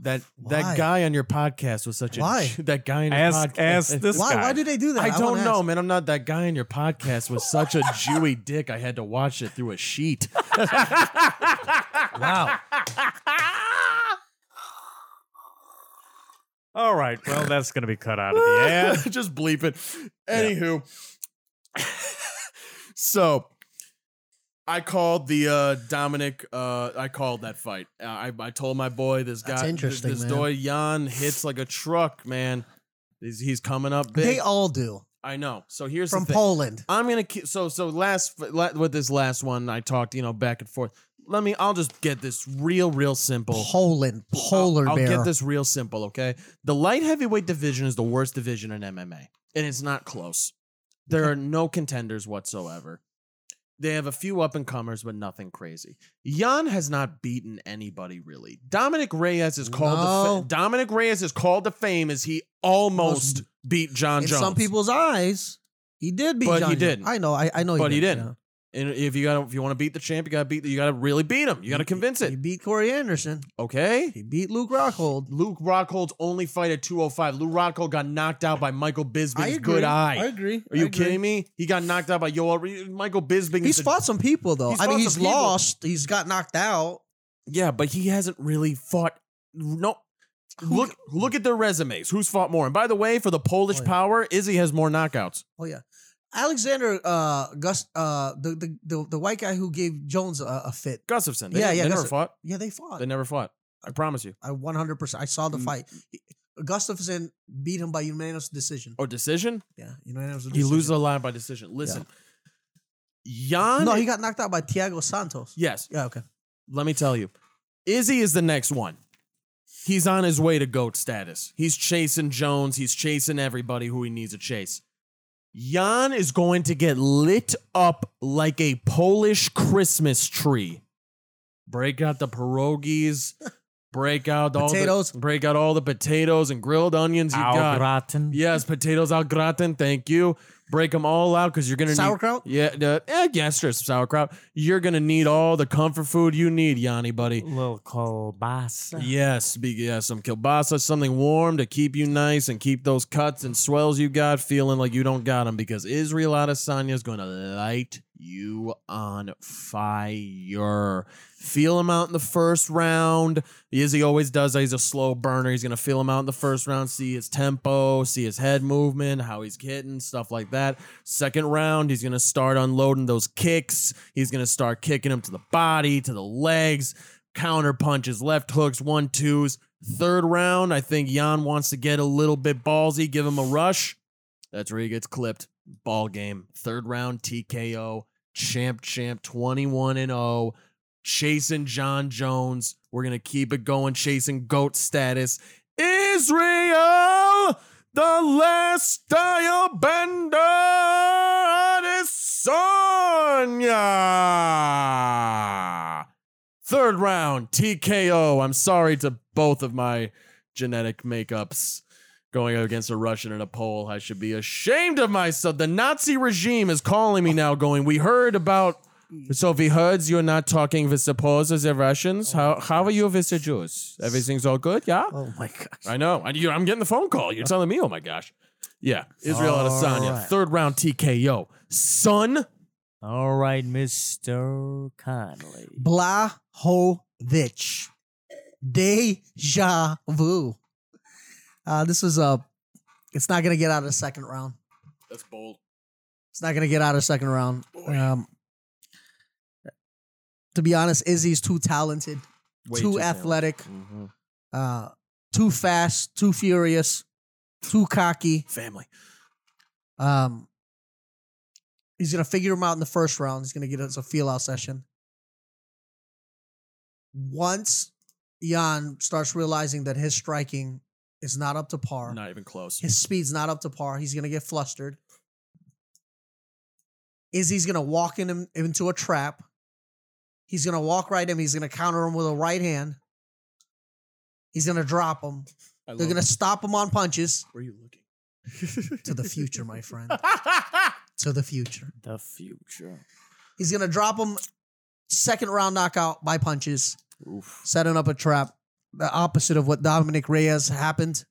Speaker 3: That
Speaker 4: Why?
Speaker 3: that guy on your podcast was such a
Speaker 4: Why?
Speaker 3: that guy on your
Speaker 5: Ask
Speaker 3: podcast.
Speaker 5: ask this
Speaker 4: Why?
Speaker 5: guy.
Speaker 4: Why do they do that?
Speaker 3: I don't
Speaker 4: wanna
Speaker 3: know,
Speaker 4: ask.
Speaker 3: man. I'm not that guy on your podcast was such a Jewy dick. I had to watch it through a sheet.
Speaker 4: Wow.
Speaker 5: All right, well that's gonna be cut out of the ad.
Speaker 3: just bleep it. Anywho, so I called the uh, Dominic. Uh, I called that fight. Uh, I I told my boy this guy.
Speaker 4: That's interesting,
Speaker 3: This, this
Speaker 4: man.
Speaker 3: boy Jan hits like a truck, man. He's, he's coming up big.
Speaker 4: They all do.
Speaker 3: I know. So here's
Speaker 4: From
Speaker 3: the thing.
Speaker 4: Poland.
Speaker 3: I'm gonna keep. So so last la- with this last one, I talked you know back and forth. Let me. I'll just get this real real simple.
Speaker 4: Poland. Polar
Speaker 3: I'll, I'll
Speaker 4: bear.
Speaker 3: get this real simple, okay? The light heavyweight division is the worst division in MMA, and it's not close. There are no contenders whatsoever. They have a few up and comers, but nothing crazy. Jan has not beaten anybody really. Dominic Reyes is called to
Speaker 4: No.
Speaker 3: fa- Dominic Reyes is called to fame as he almost beat John
Speaker 4: In
Speaker 3: Jones.
Speaker 4: some people's eyes, he did beat
Speaker 3: But he
Speaker 4: John Jones.
Speaker 3: didn't.
Speaker 4: I know. I, I know.
Speaker 3: But he
Speaker 4: did,
Speaker 3: didn't. and if you got if you want to beat the champ, you got to beat the, you got to really beat him. You got to convince
Speaker 4: He
Speaker 3: it.
Speaker 4: beat Corey Anderson.
Speaker 3: Okay?
Speaker 4: He beat Luke Rockhold.
Speaker 3: Luke Rockhold's only fight at 205. Luke Rockhold got knocked out by Michael
Speaker 4: I
Speaker 3: Bisping's
Speaker 4: agree.
Speaker 3: good eye.
Speaker 4: I agree.
Speaker 3: Are you kidding me? He got knocked out by Yoel. Michael Bisping.
Speaker 4: He's
Speaker 3: is a-
Speaker 4: fought some people though.
Speaker 3: He's
Speaker 4: I mean,
Speaker 3: fought
Speaker 4: he's
Speaker 3: some people.
Speaker 4: lost. He's got knocked out.
Speaker 3: yeah, but he hasn't really fought. No. Look, look at their resumes. Who's fought more? And by the way, for the Polish
Speaker 4: Oh, yeah.
Speaker 3: power, Izzy has more knockouts.
Speaker 4: Oh yeah, Alexander uh, Gus, uh, the, the the the white guy who gave Jones a, a fit.
Speaker 3: Gustafson. They,
Speaker 4: Yeah,
Speaker 3: yeah,
Speaker 4: yeah, Uh,
Speaker 3: They never
Speaker 4: Gustaf-
Speaker 3: fought.
Speaker 4: Yeah, they fought.
Speaker 3: They never fought. I promise you.
Speaker 4: I 100. percent I saw the
Speaker 1: Mm.
Speaker 4: fight. He- Gustafsson beat him by unanimous decision.
Speaker 3: Or Oh, decision?
Speaker 4: Yeah, unanimous.
Speaker 3: He
Speaker 4: decision.
Speaker 3: loses a lot by decision. Listen, Jan.
Speaker 4: No, he got knocked out by Thiago Santos.
Speaker 3: yes.
Speaker 4: Yeah, okay.
Speaker 3: let me tell you, Izzy is the next one. He's on his way to GOAT status. He's chasing Jones. He's chasing everybody who he needs to chase. Jan is going to get lit up like a Polish Christmas tree. Break out the pierogies. Break out all
Speaker 4: Potatoes.
Speaker 3: The, break out all the potatoes and grilled onions you
Speaker 5: Au
Speaker 3: got.
Speaker 5: gratin.
Speaker 3: Yes, potatoes al gratin. Thank you. Break them all out because you're gonna need
Speaker 4: Sauerkraut?
Speaker 3: yeah, uh, eh, yeah, sure, some sauerkraut. You're gonna need all the comfort food you need, Yanni, buddy.
Speaker 5: Little kielbasa.
Speaker 3: Yes, be, yeah, some kielbasa, something warm to keep you nice and keep those cuts and swells you got feeling like you don't got them because Israel Adesanya is gonna light you on fire. Feel him out in the first round. Izzy always does that. He's a slow burner. He's gonna feel him out in the first round, see his tempo, see his head movement, how he's hitting, stuff like that. Second round, he's gonna start unloading those kicks. He's gonna start kicking him to the body, to the legs, counter punches, left hooks, one twos. Third round, I think Jan wants to get a little bit ballsy, give him a rush. That's where he gets clipped. Ball game. Third round TKO. Champ, champ, 21 and 0. Chasing John Jones. We're going to keep it going. Chasing GOAT status. Israel, the last style bender, Adesanya. Third round TKO. I'm sorry to both of my genetic makeups going against a Russian in a poll. I should be ashamed of myself. The Nazi regime is calling
Speaker 4: Oh.
Speaker 3: me now, going, We heard about.
Speaker 4: Mm.
Speaker 3: So we heard you're not talking with the Poles as the Russians. How how are you with the Jews? Everything's all good, yeah?
Speaker 4: Oh my gosh.
Speaker 3: I know. I, you, I'm getting the phone call. You're telling me, oh my gosh. Yeah. Israel
Speaker 5: All
Speaker 3: Adesanya,
Speaker 5: right.
Speaker 3: third round TKO. Son,
Speaker 5: All right, Mr. Conley.
Speaker 4: Blahovich. Deja vu. Uh, this is a. It's not gonna get out of the second round.
Speaker 3: that's bold.
Speaker 4: It's not gonna get out of the second round. Um, to be honest, Izzy's too talented, too, athletic,
Speaker 3: Mm-hmm.
Speaker 4: uh, too fast, too furious, too cocky.
Speaker 3: Family.
Speaker 4: Um, he's gonna figure him out in the first round. He's gonna get us a feel out session. Once Jan starts realizing that his striking is not up to par,
Speaker 3: Not even close.
Speaker 4: his speed's not up to par, he's gonna get flustered. Izzy's gonna walk in him into a trap. He's gonna walk right in. He's gonna counter him with a right hand. He's gonna drop him.
Speaker 3: I
Speaker 4: They're
Speaker 3: love-
Speaker 4: gonna stop him on punches.
Speaker 3: Where are you looking?
Speaker 4: To the future, my friend. To the future.
Speaker 5: The future.
Speaker 4: He's gonna drop him second round knockout by punches, setting up a trap. The opposite of what Dominic Reyes happened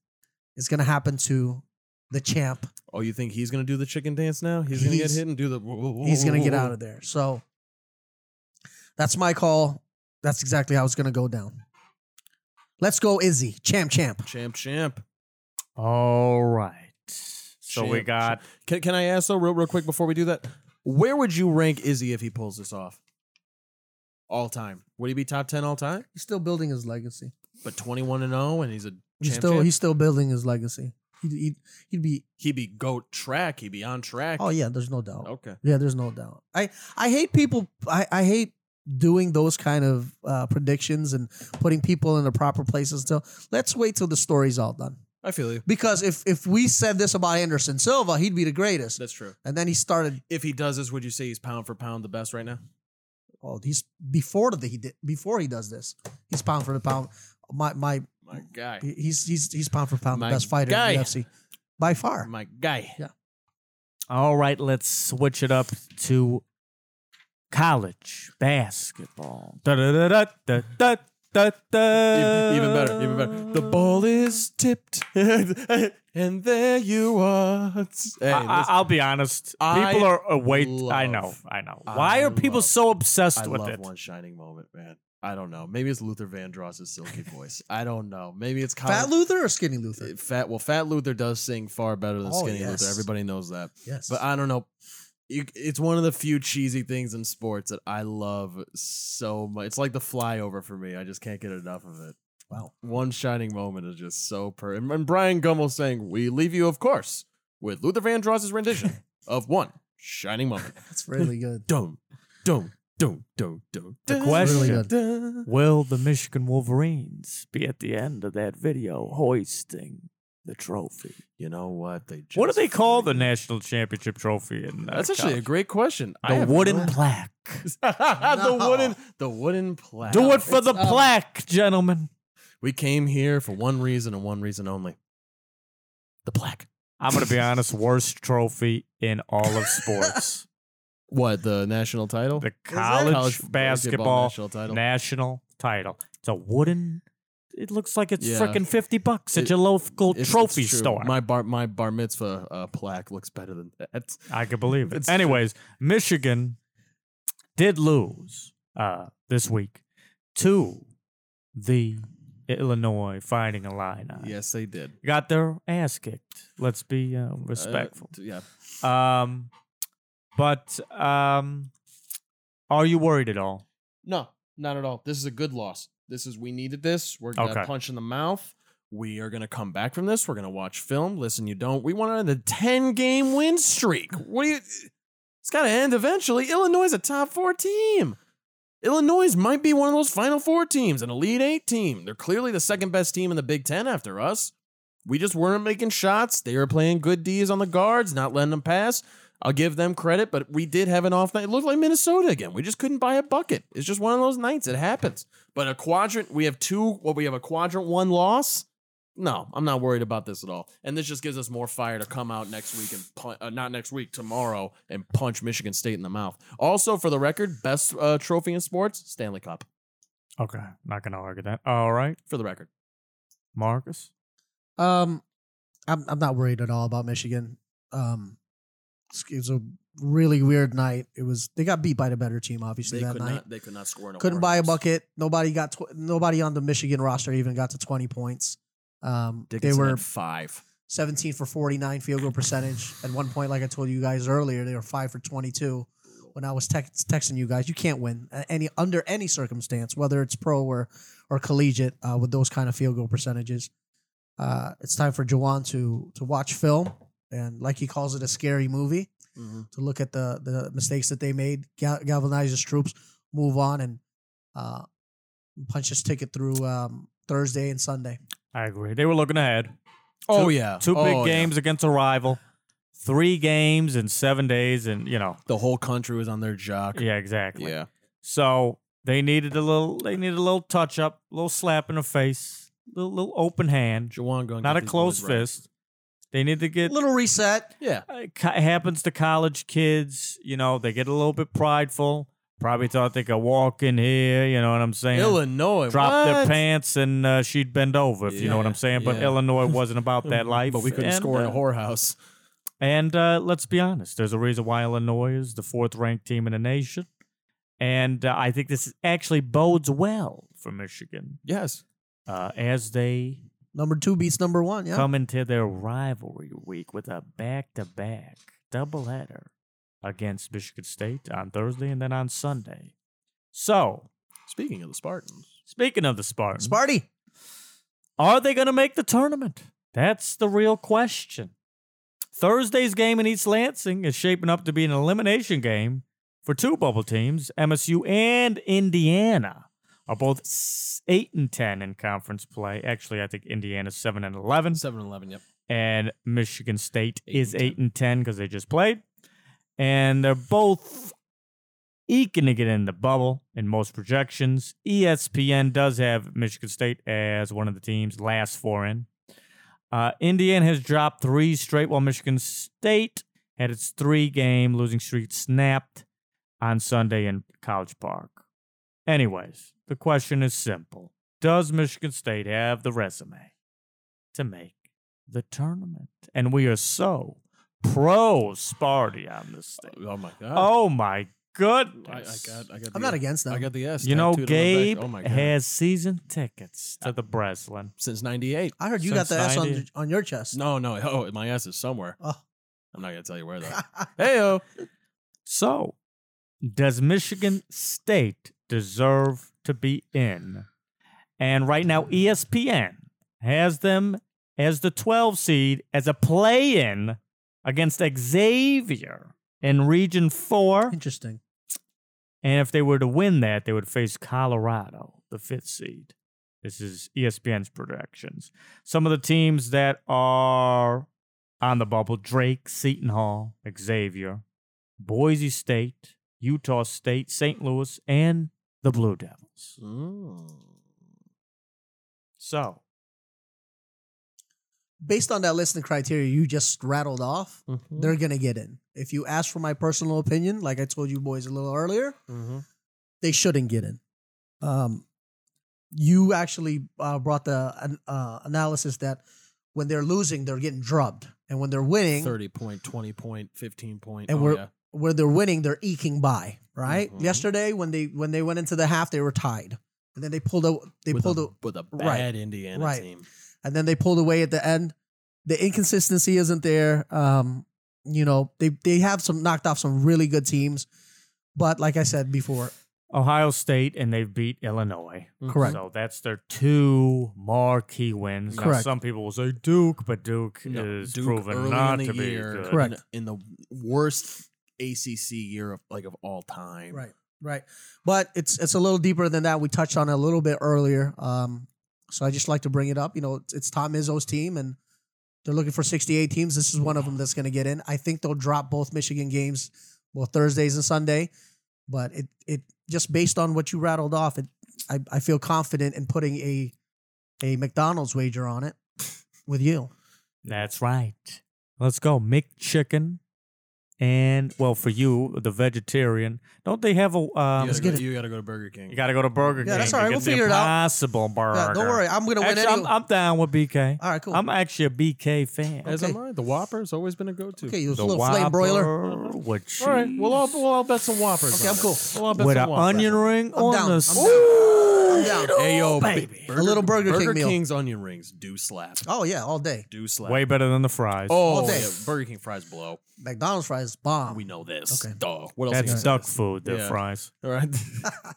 Speaker 4: is gonna happen to the champ.
Speaker 3: Oh, you think he's gonna do the chicken dance now? He's gonna get
Speaker 4: He's-
Speaker 3: hit and do the.
Speaker 4: He's gonna get out of there. So that's my call. That's exactly how it's gonna go down. Let's go, Izzy. Champ, champ.
Speaker 3: Champ, champ.
Speaker 5: All right. So we
Speaker 3: Champ,
Speaker 5: got
Speaker 3: Can, can I ask though, real, real quick before we do that, where would you rank Izzy if he pulls this off? all time. Would he be top ten all time?
Speaker 4: He's still building his legacy.
Speaker 3: But twenty one and zero, and he's a
Speaker 4: He's
Speaker 3: champ
Speaker 4: still
Speaker 3: champ?
Speaker 4: he's still building his legacy. He'd, he'd, he'd be
Speaker 3: he'd be goat track. He'd be on track.
Speaker 4: oh yeah, there's no doubt.
Speaker 3: Okay.
Speaker 4: Yeah, there's no doubt. I I hate people. I I hate doing those kind of uh, predictions and putting people in the proper places. Until let's wait till the story's all done.
Speaker 3: I feel you.
Speaker 4: Because if if we said this about Anderson Silva, he'd be the greatest.
Speaker 3: That's true.
Speaker 4: And then he started.
Speaker 3: If he does this, would you say he's pound for pound the best right now?
Speaker 4: Oh, he's before the he did before he does this. He's pound for the pound. My my
Speaker 3: My guy.
Speaker 4: he's he's he's pound for pound the
Speaker 3: My
Speaker 4: best fighter
Speaker 3: guy.
Speaker 4: in the UFC by far.
Speaker 3: My guy.
Speaker 5: All right, let's switch it up to college basketball.
Speaker 3: Even,
Speaker 5: Da-da-da-da-da-da-da.
Speaker 3: even better. Even better. The ball is tipped, and there you are. Hey,
Speaker 5: I,
Speaker 3: listen,
Speaker 5: will be honest.
Speaker 3: I
Speaker 5: People are awake. I
Speaker 3: love-
Speaker 5: know. I know.
Speaker 3: I
Speaker 5: Why are people
Speaker 3: love-
Speaker 5: so obsessed
Speaker 3: I
Speaker 5: with
Speaker 3: love
Speaker 5: it?
Speaker 3: one shining moment, man. I don't know. Maybe it's Luther Vandross's silky voice. I don't know. Maybe it's Colin-
Speaker 4: Fat Luther or skinny Luther?
Speaker 3: Uh, Fat well, Fat Luther does sing far better than
Speaker 4: Oh,
Speaker 3: Skinny
Speaker 4: yes.
Speaker 3: Luther. Everybody knows that.
Speaker 4: Yes.
Speaker 3: But I don't know. You, it's one of the few cheesy things in sports that I love so much. It's like the flyover for me. I just can't get enough of it.
Speaker 4: wow.
Speaker 3: One shining moment is just so per. And, and Brian Gummel saying, "We leave you, of course, with Luther Vandross's rendition of one shining moment."
Speaker 4: That's really good.
Speaker 3: Dum, dum, dum, dum, dum.
Speaker 5: The
Speaker 3: dum,
Speaker 5: question-
Speaker 3: dum, dum.
Speaker 5: Will the Michigan Wolverines be at the end of that video hoisting the trophy?
Speaker 3: You know what they? Just
Speaker 5: what do they call the
Speaker 3: freaking-
Speaker 5: national championship trophy? In, uh,
Speaker 3: That's actually a
Speaker 5: college?
Speaker 3: great question. I
Speaker 5: the
Speaker 3: have
Speaker 5: wooden
Speaker 3: no-
Speaker 5: plaque.
Speaker 3: the
Speaker 4: No.
Speaker 3: wooden the wooden plaque.
Speaker 5: Do it for the
Speaker 4: um,
Speaker 5: plaque, gentlemen.
Speaker 3: We came here for one reason and one reason only. The plaque.
Speaker 5: I'm gonna be honest. Worst trophy in all of sports.
Speaker 3: What, the national title?
Speaker 5: the college, basketball,
Speaker 3: national title.
Speaker 5: national title. It's a wooden. It looks like it's
Speaker 3: Yeah.
Speaker 5: frickin' fifty bucks at
Speaker 3: It-
Speaker 5: your local
Speaker 3: It's-
Speaker 5: trophy
Speaker 3: it's true.
Speaker 5: store.
Speaker 3: My bar my bar mitzvah uh, plaque looks better than that.
Speaker 5: I can believe it.
Speaker 3: It's
Speaker 5: Anyways, Michigan did lose uh, this week to the Illinois Fighting Illini.
Speaker 3: Yes, they did.
Speaker 5: Got their ass kicked. Let's be uh, respectful.
Speaker 3: Uh, t- yeah.
Speaker 5: um, but um, are you worried at all?
Speaker 3: No, not at all. This is a good loss. This is we needed this. We're gonna
Speaker 5: Okay.
Speaker 3: punch in the mouth. We are gonna come back from this. We're gonna watch film. Listen, you don't. We want to end the ten game win streak. What do you? It's gotta end eventually. Illinois is a top four team. Illinois might be one of those final four teams, an elite eight team. They're clearly the second best team in the Big Ten after us. We just weren't making shots. They were playing good D's on the guards, not letting them pass. I'll give them credit, but we did have an off night. It looked like Minnesota again. We just couldn't buy a bucket. It's just one of those nights. It happens. But a quadrant, we have two, well, we have a quadrant one loss. No, I'm not worried about this at all. And this just gives us more fire to come out next week and pun- uh, not next week, tomorrow and punch Michigan State in the mouth. Also, for the record, best uh, trophy in sports, Stanley Cup.
Speaker 5: Okay, not gonna argue that. All right.
Speaker 3: For the record,
Speaker 5: Marcus.
Speaker 4: Um, I'm I'm not worried at all about Michigan. Um, it's- it was a really weird night. It was they got beat by the better team, obviously
Speaker 3: they
Speaker 4: that
Speaker 3: could
Speaker 4: night.
Speaker 3: not. They could not score. In a
Speaker 4: Couldn't
Speaker 3: war
Speaker 4: buy a
Speaker 3: house.
Speaker 4: bucket. Nobody got tw- nobody on the Michigan roster even got to 20 points. Um,
Speaker 3: Dickinson
Speaker 4: they were
Speaker 3: had five.
Speaker 4: 17 for 49 field goal percentage. At one point, like I told you guys earlier, they were five for 22. When I was tex- texting you guys, you can't win a- any under any circumstance, whether it's pro or or collegiate, uh, with those kind of field goal percentages. Uh, it's time for Jawan to to watch film and, like he calls it, a scary movie
Speaker 3: Mm-hmm.
Speaker 4: to look at the the mistakes that they made, gal- galvanize his troops, move on, and uh, punch his ticket through um, Thursday and Sunday.
Speaker 5: I agree. They were looking ahead.
Speaker 3: Oh yeah,
Speaker 5: Two
Speaker 3: Oh,
Speaker 5: big
Speaker 3: yeah.
Speaker 5: games against a rival. Three games in seven days, and you know,
Speaker 3: The whole country was on their jock.
Speaker 5: yeah, exactly.
Speaker 3: yeah.
Speaker 5: So they needed a little. They needed a little touch up, a little slap in the face, little, little open hand,
Speaker 3: Jawan going
Speaker 5: not a close fist. They need to get.
Speaker 4: Little reset.
Speaker 3: Yeah,
Speaker 5: uh, It ca- happens to college kids. You know, they get a little bit prideful. Probably thought they could walk in here. You know what I'm saying?
Speaker 3: Illinois
Speaker 5: drop their
Speaker 3: what?
Speaker 5: pants and uh, she'd bend over if you know what
Speaker 3: Yeah,
Speaker 5: I'm saying. But
Speaker 3: yeah.
Speaker 5: Illinois wasn't
Speaker 4: Mm-hmm.
Speaker 5: about that life.
Speaker 3: but we couldn't
Speaker 5: and,
Speaker 3: score in
Speaker 5: uh,
Speaker 3: a whorehouse.
Speaker 5: And uh, let's be honest, there's a reason why Illinois is the fourth ranked team in the nation. And uh, I think this actually bodes well for Michigan
Speaker 3: Yes,
Speaker 5: uh, as they
Speaker 4: Number two beats number one. Yeah.
Speaker 5: come into their rivalry week with a back to back doubleheader against Michigan State on Thursday and then on Sunday. So
Speaker 3: Speaking of the Spartans,
Speaker 5: Speaking of the Spartans,
Speaker 4: Sparty.
Speaker 5: are they going to make the tournament? That's the real question. Thursday's game in East Lansing is shaping up to be an elimination game for two bubble teams. MSU and Indiana are both s- eight and ten in conference play. Actually, I think Indiana's seven and eleven.
Speaker 3: 7 11, yep.
Speaker 5: and Michigan State
Speaker 3: Eight
Speaker 5: is
Speaker 3: and
Speaker 5: 8 and 10 because they just played. And they're both eking to get in the bubble in most projections. E ESPN does have Michigan State as one of the teams last four in. Uh, Indiana has dropped three straight, while Michigan State had its three game losing streak snapped on Sunday in College Park. Anyways, the question is simple Does Michigan State have the resume to make the tournament? And we are so pro Sparty on this thing.
Speaker 3: Oh, my God.
Speaker 5: Oh my
Speaker 3: I, I got,
Speaker 5: goodness.
Speaker 3: I got
Speaker 4: I'm
Speaker 3: the-
Speaker 4: not against them.
Speaker 3: I got the S.
Speaker 5: you know,
Speaker 3: tattooed on my back.
Speaker 5: Gabe
Speaker 3: oh my God.
Speaker 5: has season tickets to the Breslin.
Speaker 3: since 98.
Speaker 4: I heard you got the
Speaker 5: Since
Speaker 4: S on,
Speaker 5: 90.
Speaker 4: on your chest.
Speaker 3: No, no. Oh, my ass is somewhere.
Speaker 4: Oh.
Speaker 3: I'm not going to tell you where, though. hey, oh.
Speaker 5: So, does Michigan State deserve to be in? And right now, E ESPN has them as the 12 seed as a play in against Xavier in Region 4.
Speaker 4: Interesting.
Speaker 5: And if they were to win that, they would face Colorado, the fifth seed. This is E ESPN's predictions. Some of the teams that are on the bubble Drake, Seton Hall, Xavier, Boise State, Utah State, St. Louis, and the Blue Devils. Mm-hmm. So,
Speaker 4: Based on that list and criteria you just rattled off,
Speaker 3: Mm-hmm.
Speaker 4: they're going to get in. If you ask for my personal opinion, like I told you boys a little earlier,
Speaker 5: Mm-hmm.
Speaker 4: they shouldn't get in. Um, you actually uh, brought the an- uh, analysis that when they're losing, they're getting drubbed. And when they're winning,
Speaker 3: 30 point, 20 point, 15 point.
Speaker 4: And
Speaker 3: oh,
Speaker 4: we're-
Speaker 3: yeah.
Speaker 4: where they're winning, they're eking by, right?
Speaker 3: Mhm.
Speaker 4: Yesterday when they when they went into the half, they were tied. And then they pulled a they
Speaker 3: with
Speaker 4: pulled
Speaker 3: a,
Speaker 4: a,
Speaker 3: with a bad
Speaker 4: right,
Speaker 3: Indiana
Speaker 4: right.
Speaker 3: team.
Speaker 4: and then they pulled away at the end. The inconsistency isn't there. Um, you know, they they have some knocked off some really good teams, but like I said before,
Speaker 5: Ohio State, and they've beat Illinois.
Speaker 4: Correct.
Speaker 5: So that's their two marquee wins. Now,
Speaker 4: Correct.
Speaker 5: some people will say Duke, but Duke
Speaker 3: No,
Speaker 5: is
Speaker 3: Duke
Speaker 5: proven
Speaker 3: early
Speaker 5: not
Speaker 3: in
Speaker 5: to
Speaker 3: the
Speaker 5: be
Speaker 3: year,
Speaker 5: good.
Speaker 3: in-
Speaker 4: Correct.
Speaker 3: In, the worst ACC year of like of all time.
Speaker 4: right, right. But it's it's a little deeper than that. We touched on it a little bit earlier. Um, so I just like to bring it up. You know, it's, it's Tom Izzo's team, and they're looking for 68 teams. This is one of them that's going to get in. I think they'll drop both Michigan games, well Thursdays and Sunday. But it it just based on what you rattled off, it I, I feel confident in putting a a McDonald's wager on it with you.
Speaker 5: That's right. Let's go. McChicken. And, well, for you, the vegetarian, don't they have a. Um,
Speaker 3: you,
Speaker 4: Let's
Speaker 3: gotta
Speaker 4: get
Speaker 3: go,
Speaker 4: it.
Speaker 3: you gotta go to Burger King.
Speaker 5: you got to go to Burger King.
Speaker 4: Yeah, that's
Speaker 5: to
Speaker 4: all right.
Speaker 5: get
Speaker 4: We'll
Speaker 5: the
Speaker 4: figure it out.
Speaker 5: Impossible burger.
Speaker 4: Yeah, don't worry, I'm going to win
Speaker 5: Actually,
Speaker 4: anyway.
Speaker 5: I'm, I'm down with BK.
Speaker 4: All right, cool.
Speaker 5: I'm actually a BK fan.
Speaker 3: As
Speaker 4: Okay.
Speaker 3: am I. The Whopper's always been a go-to.
Speaker 4: okay, you
Speaker 5: the
Speaker 4: little flame broiler.
Speaker 5: Whopper with cheese.
Speaker 3: All right, we'll all we'll all bet some Whoppers.
Speaker 4: Okay,
Speaker 3: on
Speaker 4: I'm cool.
Speaker 3: it. We'll all bet
Speaker 5: with
Speaker 3: some
Speaker 5: an
Speaker 3: Whoppers.
Speaker 5: onion ring
Speaker 4: I'm
Speaker 5: on
Speaker 4: down.
Speaker 5: the
Speaker 4: I'm
Speaker 5: side.
Speaker 4: down. I'm down.
Speaker 3: Hey yo,
Speaker 5: baby.
Speaker 3: Burger,
Speaker 4: A little Burger King meal.
Speaker 3: King's onion rings do slap.
Speaker 4: Oh yeah, all day.
Speaker 3: Do slap.
Speaker 5: Way better than the fries.
Speaker 3: oh,
Speaker 4: all day.
Speaker 3: yeah, Burger King fries blow.
Speaker 4: McDonald's fries bomb.
Speaker 3: We know this.
Speaker 4: Okay.
Speaker 3: Duh. What else? you
Speaker 5: that's
Speaker 3: got?
Speaker 5: duck food, the
Speaker 3: Yeah.
Speaker 5: fries.
Speaker 3: All right.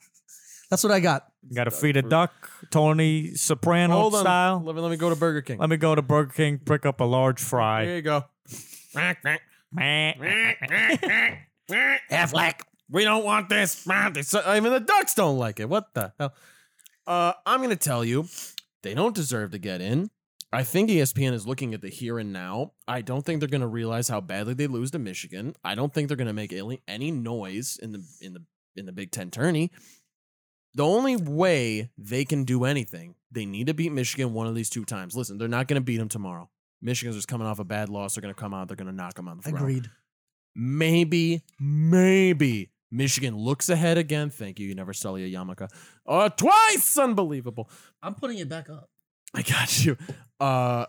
Speaker 4: That's what I got.
Speaker 5: Got to
Speaker 3: Duck
Speaker 5: feed a
Speaker 3: food.
Speaker 5: duck, Tony Soprano
Speaker 3: Hold on.
Speaker 5: style.
Speaker 3: Let me let me go to Burger King.
Speaker 5: Let me go to Burger King, pick up a large
Speaker 3: There
Speaker 5: fry.
Speaker 3: you go.
Speaker 5: Affleck.
Speaker 3: We don't want this. I mean, the ducks don't like it. What the hell? Uh, I'm going to tell you, they don't deserve to get in. I think E ESPN is looking at the here and now. I don't think they're going to realize how badly they lose to Michigan. I don't think they're going to make any- any noise in the in the in the Big Ten tourney. The only way they can do anything, they need to beat Michigan one of these two times. Listen, they're not going to beat them tomorrow. Michigan's just coming off a bad loss. They're going to come out. They're going to knock them out. The ground
Speaker 4: Agreed.
Speaker 3: maybe, maybe Michigan looks ahead again. Thank you. You never sully a yarmulke. Uh, twice. Unbelievable.
Speaker 4: I'm putting it back up.
Speaker 3: I got you. Uh,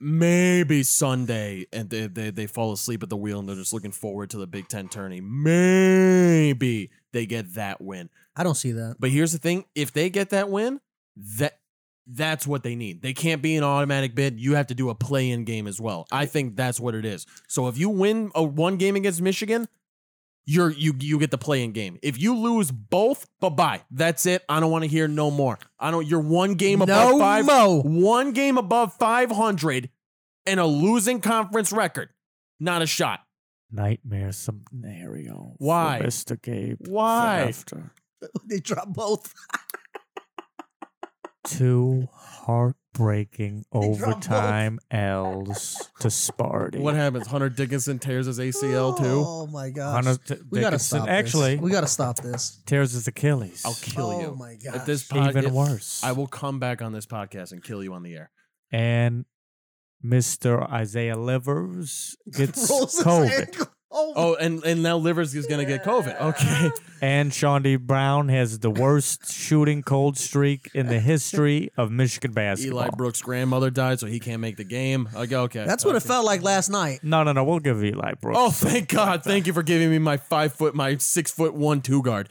Speaker 3: maybe Sunday, and they, they they fall asleep at the wheel, and they're just looking forward to the Big Ten tourney. Maybe they get that win.
Speaker 4: I don't see that.
Speaker 3: But here's the thing: if they get that win, that that's what they need. They can't be an automatic bid. You have to do a play-in game as well. I think that's what it is. So if you win a one game against Michigan, you're you you get to play in game. If you lose both, bye bye. That's it. I don't want to hear no more. I don't. You're one game above
Speaker 4: No
Speaker 3: five.
Speaker 4: mo.
Speaker 3: One game above five hundred, and a losing conference record. Not a shot.
Speaker 5: Nightmare scenario. for
Speaker 3: Why?
Speaker 5: Mr. Gabe.
Speaker 3: Why?
Speaker 5: After
Speaker 4: they drop both.
Speaker 5: two heartbreaking
Speaker 4: dropped both.
Speaker 5: overtime L's to Sparty.
Speaker 3: What happens? Hunter Dickinson tears his ACL too.
Speaker 4: Oh my gosh.
Speaker 5: Hunter T-
Speaker 4: we gotta
Speaker 5: Dickinson
Speaker 4: stop.
Speaker 5: Actually,
Speaker 4: this. we gotta stop this.
Speaker 5: tears his Achilles.
Speaker 3: I'll kill
Speaker 4: oh
Speaker 3: you.
Speaker 4: my gosh.
Speaker 3: At this pod-
Speaker 5: Even
Speaker 3: if-
Speaker 5: worse.
Speaker 3: I will come back on this podcast and kill you on the air.
Speaker 5: and Mr. Isaiah Livers gets
Speaker 4: Rolls his
Speaker 5: COVID.
Speaker 4: ankle. Oh, my-
Speaker 3: Oh, and and now Livers is gonna get COVID. Okay.
Speaker 5: And Shawnee Brown has the worst shooting cold streak in the history of Michigan basketball.
Speaker 3: Eli Brooks' grandmother died, so he can't make the game. Like, okay.
Speaker 4: that's what it
Speaker 3: okay.
Speaker 4: felt like last night.
Speaker 5: No, no, no. We'll give Eli Brooks.
Speaker 3: Oh, thank God. Thank you for giving me my five foot, my six foot one two guard.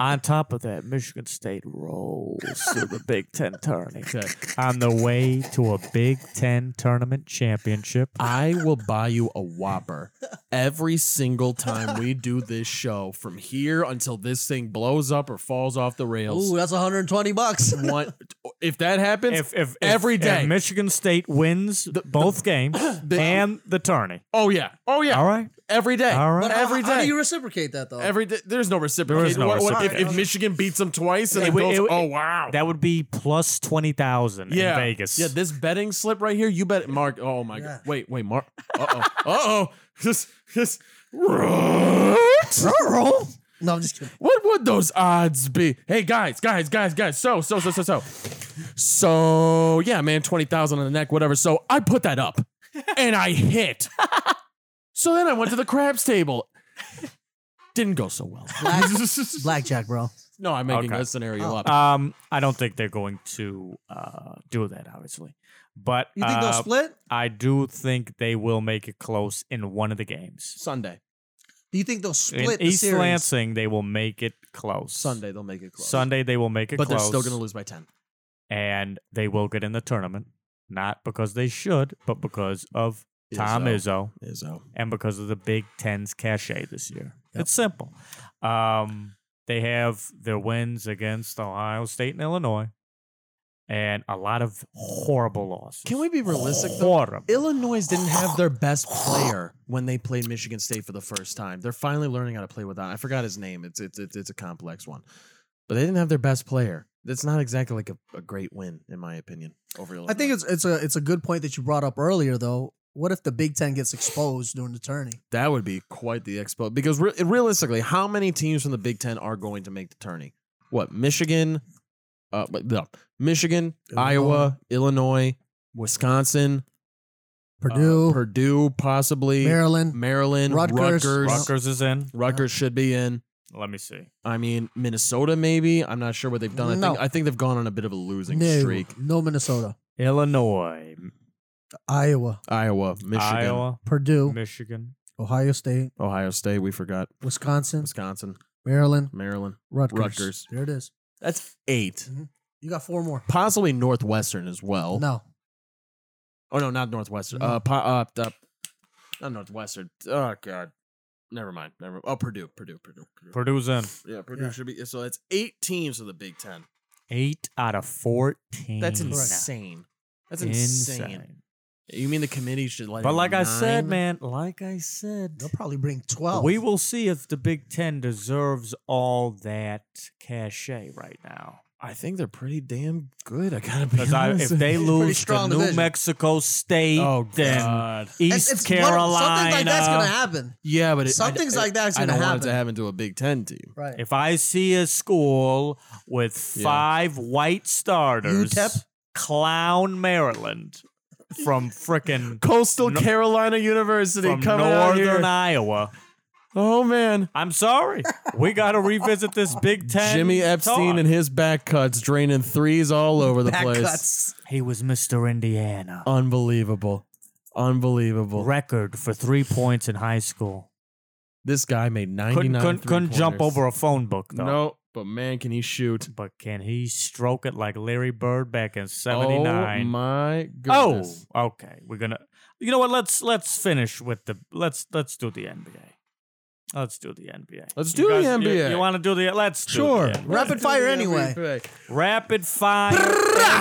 Speaker 5: On top of that, Michigan State rolls to the Big Ten tournament
Speaker 3: Okay.
Speaker 5: on the way to a Big Ten tournament championship.
Speaker 3: I will buy you a Whopper every single time we do this show from here until this thing blows up or falls off the rails.
Speaker 4: Ooh, that's 120 bucks.
Speaker 3: One, if that happens,
Speaker 5: If, if, if
Speaker 3: Every
Speaker 5: if
Speaker 3: day.
Speaker 5: Michigan State wins both games and the tourney.
Speaker 3: oh yeah, oh yeah,
Speaker 5: All right.
Speaker 3: every day,
Speaker 5: All right.
Speaker 4: But how-
Speaker 3: every
Speaker 4: how,
Speaker 3: day.
Speaker 4: do you reciprocate that though?
Speaker 3: Every day, there's no reciprocation.
Speaker 5: There is no
Speaker 3: What- what- if- If,
Speaker 5: reciprocation.
Speaker 3: Michigan beats them twice and
Speaker 5: It
Speaker 3: they
Speaker 5: would-
Speaker 3: both,
Speaker 5: it would-
Speaker 3: oh wow,
Speaker 5: That would be plus 20,000
Speaker 3: yeah,
Speaker 5: in Vegas.
Speaker 3: Yeah, this betting slip right here, you bet, Mark. Oh my
Speaker 4: Yeah.
Speaker 3: god, wait, wait, Mark. Uh oh, uh oh, this, this.
Speaker 4: no, I'm just kidding.
Speaker 3: What would those odds be? Hey guys, guys, guys, guys. So, so, so, so, so. So, yeah, man, 20,000 on the neck, whatever. So, I put that up and I hit. so then I went to the crabs table. Didn't go so well.
Speaker 4: Black- Blackjack, bro.
Speaker 3: no, I'm making
Speaker 5: Okay.
Speaker 3: a scenario
Speaker 4: Oh.
Speaker 3: up.
Speaker 5: um, I don't think they're going to uh, do that, obviously. But
Speaker 4: You think
Speaker 5: uh,
Speaker 4: they'll split?
Speaker 5: I do think they will make it close in one of the games.
Speaker 3: Sunday.
Speaker 4: Do you think they'll split
Speaker 5: in
Speaker 4: the
Speaker 5: East
Speaker 4: series?
Speaker 5: Lansing, they will make it close.
Speaker 3: Sunday, they'll make it close.
Speaker 5: Sunday, they will make it
Speaker 3: But
Speaker 5: close.
Speaker 3: they're still going to lose by 10.
Speaker 5: And they will get in the tournament, not because they should, but because of Tom Izzo
Speaker 3: Izzo.
Speaker 5: and because of the Big Ten's cachet this year. It's simple. Um, they have their wins against Ohio State and Illinois, and a lot of horrible losses.
Speaker 3: Can we be realistic, though?
Speaker 5: Horrible.
Speaker 3: Illinois didn't have their best player when they played Michigan State for the first time. They're finally learning how to play without. I forgot his name. It's it's it's, it's a complex one, but they didn't have their best player. That's not exactly like a, a great win, in my opinion, over Illinois.
Speaker 4: I think it's it's a it's a good point that you brought up earlier though. What if the Big Ten gets exposed during the tourney?
Speaker 3: that would be quite the expo because re- realistically, how many teams from the Big Ten are going to make the tourney? What Michigan, uh, but no, Michigan, Iowa, Illinois, Wisconsin, uh,
Speaker 4: Purdue,
Speaker 3: Purdue, possibly
Speaker 4: Maryland.
Speaker 3: Maryland,
Speaker 4: Rutgers.
Speaker 3: Rutgers, Rutgers,
Speaker 5: Rutgers is in.
Speaker 3: should be in.
Speaker 5: Let me see.
Speaker 3: I mean, Minnesota maybe. I'm not sure what they've done. I
Speaker 4: No.
Speaker 3: think I think they've gone on a bit of a losing
Speaker 4: No,
Speaker 3: streak.
Speaker 4: no Minnesota,
Speaker 5: Illinois,
Speaker 4: Iowa,
Speaker 3: Iowa, Michigan,
Speaker 5: Iowa,
Speaker 4: Purdue,
Speaker 5: Michigan.
Speaker 4: Ohio State,
Speaker 3: Ohio State, we forgot.
Speaker 4: Wisconsin,
Speaker 3: Wisconsin,
Speaker 4: Maryland,
Speaker 3: Maryland.
Speaker 4: Rutgers.
Speaker 3: Rutgers.
Speaker 4: There it is. Mm-hmm.
Speaker 3: That's 8.
Speaker 4: You got four more.
Speaker 3: Possibly Northwestern as well.
Speaker 4: No,
Speaker 3: Oh no, not Northwestern.
Speaker 4: No.
Speaker 3: Uh, po- uh, uh, not Northwestern. Oh god. Never mind. Never. Oh, Purdue, Purdue, Purdue. Purdue.
Speaker 5: Purdue's in.
Speaker 3: Yeah, Purdue
Speaker 4: Yeah.
Speaker 3: should be. So that's eight teams of the Big Ten.
Speaker 5: Eight out of 14.
Speaker 3: That's
Speaker 4: Correct.
Speaker 3: insane. That's insane. You mean the committee should let?
Speaker 5: But
Speaker 3: it
Speaker 5: like I said,
Speaker 3: nine?
Speaker 5: man, like I said,
Speaker 4: they'll probably bring twelve.
Speaker 5: we will see if the Big Ten deserves all that cachet right now.
Speaker 3: I think they're pretty damn good. I gotta be
Speaker 5: Because
Speaker 3: honest.
Speaker 5: if
Speaker 3: with
Speaker 5: they
Speaker 4: It's a pretty
Speaker 5: lose to
Speaker 4: strong
Speaker 5: New
Speaker 4: division.
Speaker 5: Mexico State,
Speaker 3: Oh,
Speaker 5: then
Speaker 3: God.
Speaker 5: East
Speaker 4: It's- it's one-
Speaker 5: Carolina,
Speaker 4: something like that's gonna happen.
Speaker 3: Yeah, but it,
Speaker 4: Some things like that's
Speaker 3: I
Speaker 4: gonna
Speaker 3: don't want it to
Speaker 4: happen.
Speaker 3: happen to a Big Ten team.
Speaker 4: Right.
Speaker 5: if I see a school with
Speaker 3: Yeah.
Speaker 5: five white starters,
Speaker 4: UTEP?
Speaker 5: clown Maryland from frickin'
Speaker 3: Coastal
Speaker 5: No-
Speaker 3: Carolina University
Speaker 5: from
Speaker 3: coming out
Speaker 5: northern
Speaker 3: here.
Speaker 5: Iowa.
Speaker 3: Oh man,
Speaker 5: I'm sorry, we got to revisit this Big Ten.
Speaker 3: Jimmy Epstein
Speaker 5: talk.
Speaker 3: and his back cuts draining threes all over the
Speaker 4: Back
Speaker 3: place.
Speaker 4: cuts.
Speaker 5: he was Mr. Indiana.
Speaker 3: Unbelievable, unbelievable.
Speaker 5: Record for three points in high school.
Speaker 3: This guy made ninety
Speaker 5: Couldn't,
Speaker 3: nine.
Speaker 5: couldn't, couldn't jump over a phone book though.
Speaker 3: No, but man, can he shoot?
Speaker 5: But can he stroke it like Larry Bird back in '79?
Speaker 3: Oh my
Speaker 5: Oh,
Speaker 3: goodness.
Speaker 5: okay. We're gonna. You know what? Let's let's finish with the let's let's do the NBA. Let's do the NBA. You
Speaker 3: Let's do the
Speaker 5: guys- you-
Speaker 3: NBA.
Speaker 5: You, want to do the? Let's do
Speaker 4: Sure.
Speaker 5: the NBA.
Speaker 4: Rapid fire anyway.
Speaker 5: Rapid fire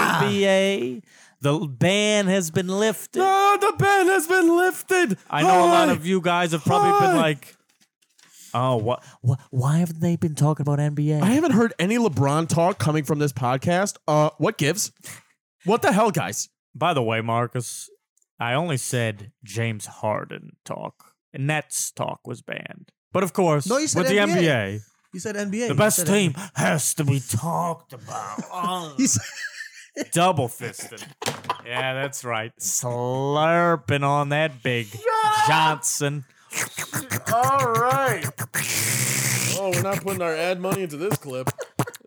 Speaker 5: NBA. The ban has been lifted.
Speaker 3: No, the ban has been lifted.
Speaker 5: I know a lot
Speaker 3: Hi.
Speaker 5: of you guys have probably been
Speaker 3: Hi.
Speaker 5: like, "Oh, what? why haven't they been talking about NBA?"
Speaker 3: I haven't heard any LeBron talk coming from this podcast. Uh, what gives? What the hell, guys?
Speaker 5: By the way, Marcus, I only said James Harden talk. Nets talk was banned, but of course,
Speaker 4: No, you said
Speaker 5: with the
Speaker 4: NBA.
Speaker 5: NBA,
Speaker 4: You said NBA.
Speaker 5: the best team has to be talked about. Oh.
Speaker 4: He said,
Speaker 5: double fisted. yeah, that's right. Slurping on that big Johnson.
Speaker 3: All right. Oh, we're not putting our ad money into this clip.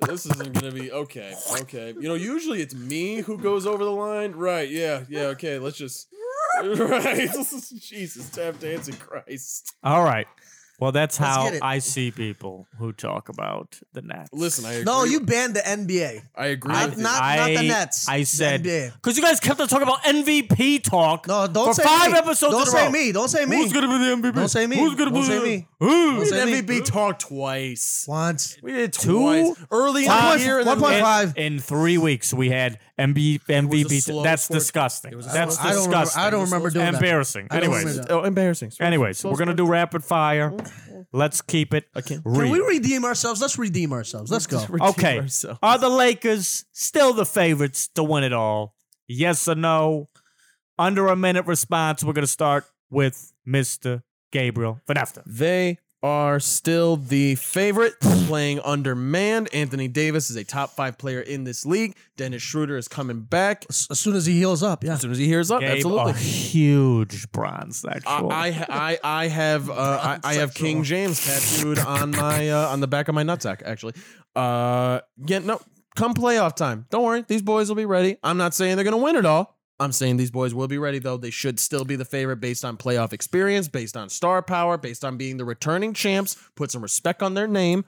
Speaker 3: This isn't going to be okay. Okay. You know, usually it's me who goes over the line. Right. Yeah. Yeah. Okay. Let's just. Right. Jesus. Tap dancing Christ.
Speaker 5: All right. Well, that's
Speaker 4: Let's
Speaker 5: how
Speaker 4: get it.
Speaker 5: I see people who talk about the Nets.
Speaker 3: Listen, I agree.
Speaker 4: no, you banned the NBA.
Speaker 3: I agree.
Speaker 4: Not,
Speaker 3: with you.
Speaker 4: not, not the Nets.
Speaker 5: I
Speaker 4: The
Speaker 5: said
Speaker 4: NBA.
Speaker 5: because you guys kept on talking about MVP talk.
Speaker 4: No, don't
Speaker 5: for
Speaker 4: say
Speaker 5: five
Speaker 4: me.
Speaker 5: episodes.
Speaker 4: Don't
Speaker 5: in a
Speaker 4: say
Speaker 5: row.
Speaker 4: me. Don't say me.
Speaker 5: Who's gonna be the MVP?
Speaker 4: Don't say me.
Speaker 5: Who's gonna
Speaker 4: Don't
Speaker 5: be
Speaker 4: say
Speaker 5: the-
Speaker 4: me.
Speaker 5: Who?
Speaker 4: Don't say me.
Speaker 3: MVP talk twice.
Speaker 4: Once.
Speaker 3: We did
Speaker 5: Two?
Speaker 3: twice. Early in the
Speaker 5: Five?
Speaker 3: year. and then-
Speaker 4: 1.5.
Speaker 5: In three weeks, we had MB, MVP.
Speaker 3: slow
Speaker 5: That's
Speaker 3: sport.
Speaker 5: disgusting.
Speaker 3: It was a
Speaker 5: That's
Speaker 3: slow-
Speaker 4: I don't, remember,
Speaker 5: disgusting.
Speaker 4: I don't remember doing that.
Speaker 5: Embarrassing.
Speaker 4: I don't
Speaker 5: Anyways,
Speaker 4: remember that.
Speaker 3: Oh, embarrassing.
Speaker 5: Anyways, we're gonna do rapid fire. Let's keep it real.
Speaker 4: Can we redeem ourselves? Let's redeem ourselves. Let's go.
Speaker 5: okay.
Speaker 3: ourselves?
Speaker 5: Are the Lakers still the favorites to win it all? Yes or no? Under a minute response. We're gonna start with Mr. Gabriel Vanefta.
Speaker 3: They are still the favorite, playing undermanned. Anthony Davis is a top five player in this league. Dennis Schroeder is coming back as
Speaker 4: As as soon as he heals up, yeah.
Speaker 3: soon as he hears up.
Speaker 5: Gabe,
Speaker 3: absolutely.
Speaker 5: a huge bronze
Speaker 3: I,
Speaker 5: actual.
Speaker 3: I I I have uh, I, I have King James tattooed on my uh, on the back of my nutsack actually. Uh, yeah, no, come playoff time. Don't worry, these boys will be ready. I'm not saying they're gonna win it all. I'm saying these boys will be ready though. They should still be the favorite based on playoff experience, based on star power, based on being the returning champs. Put some respect on their name.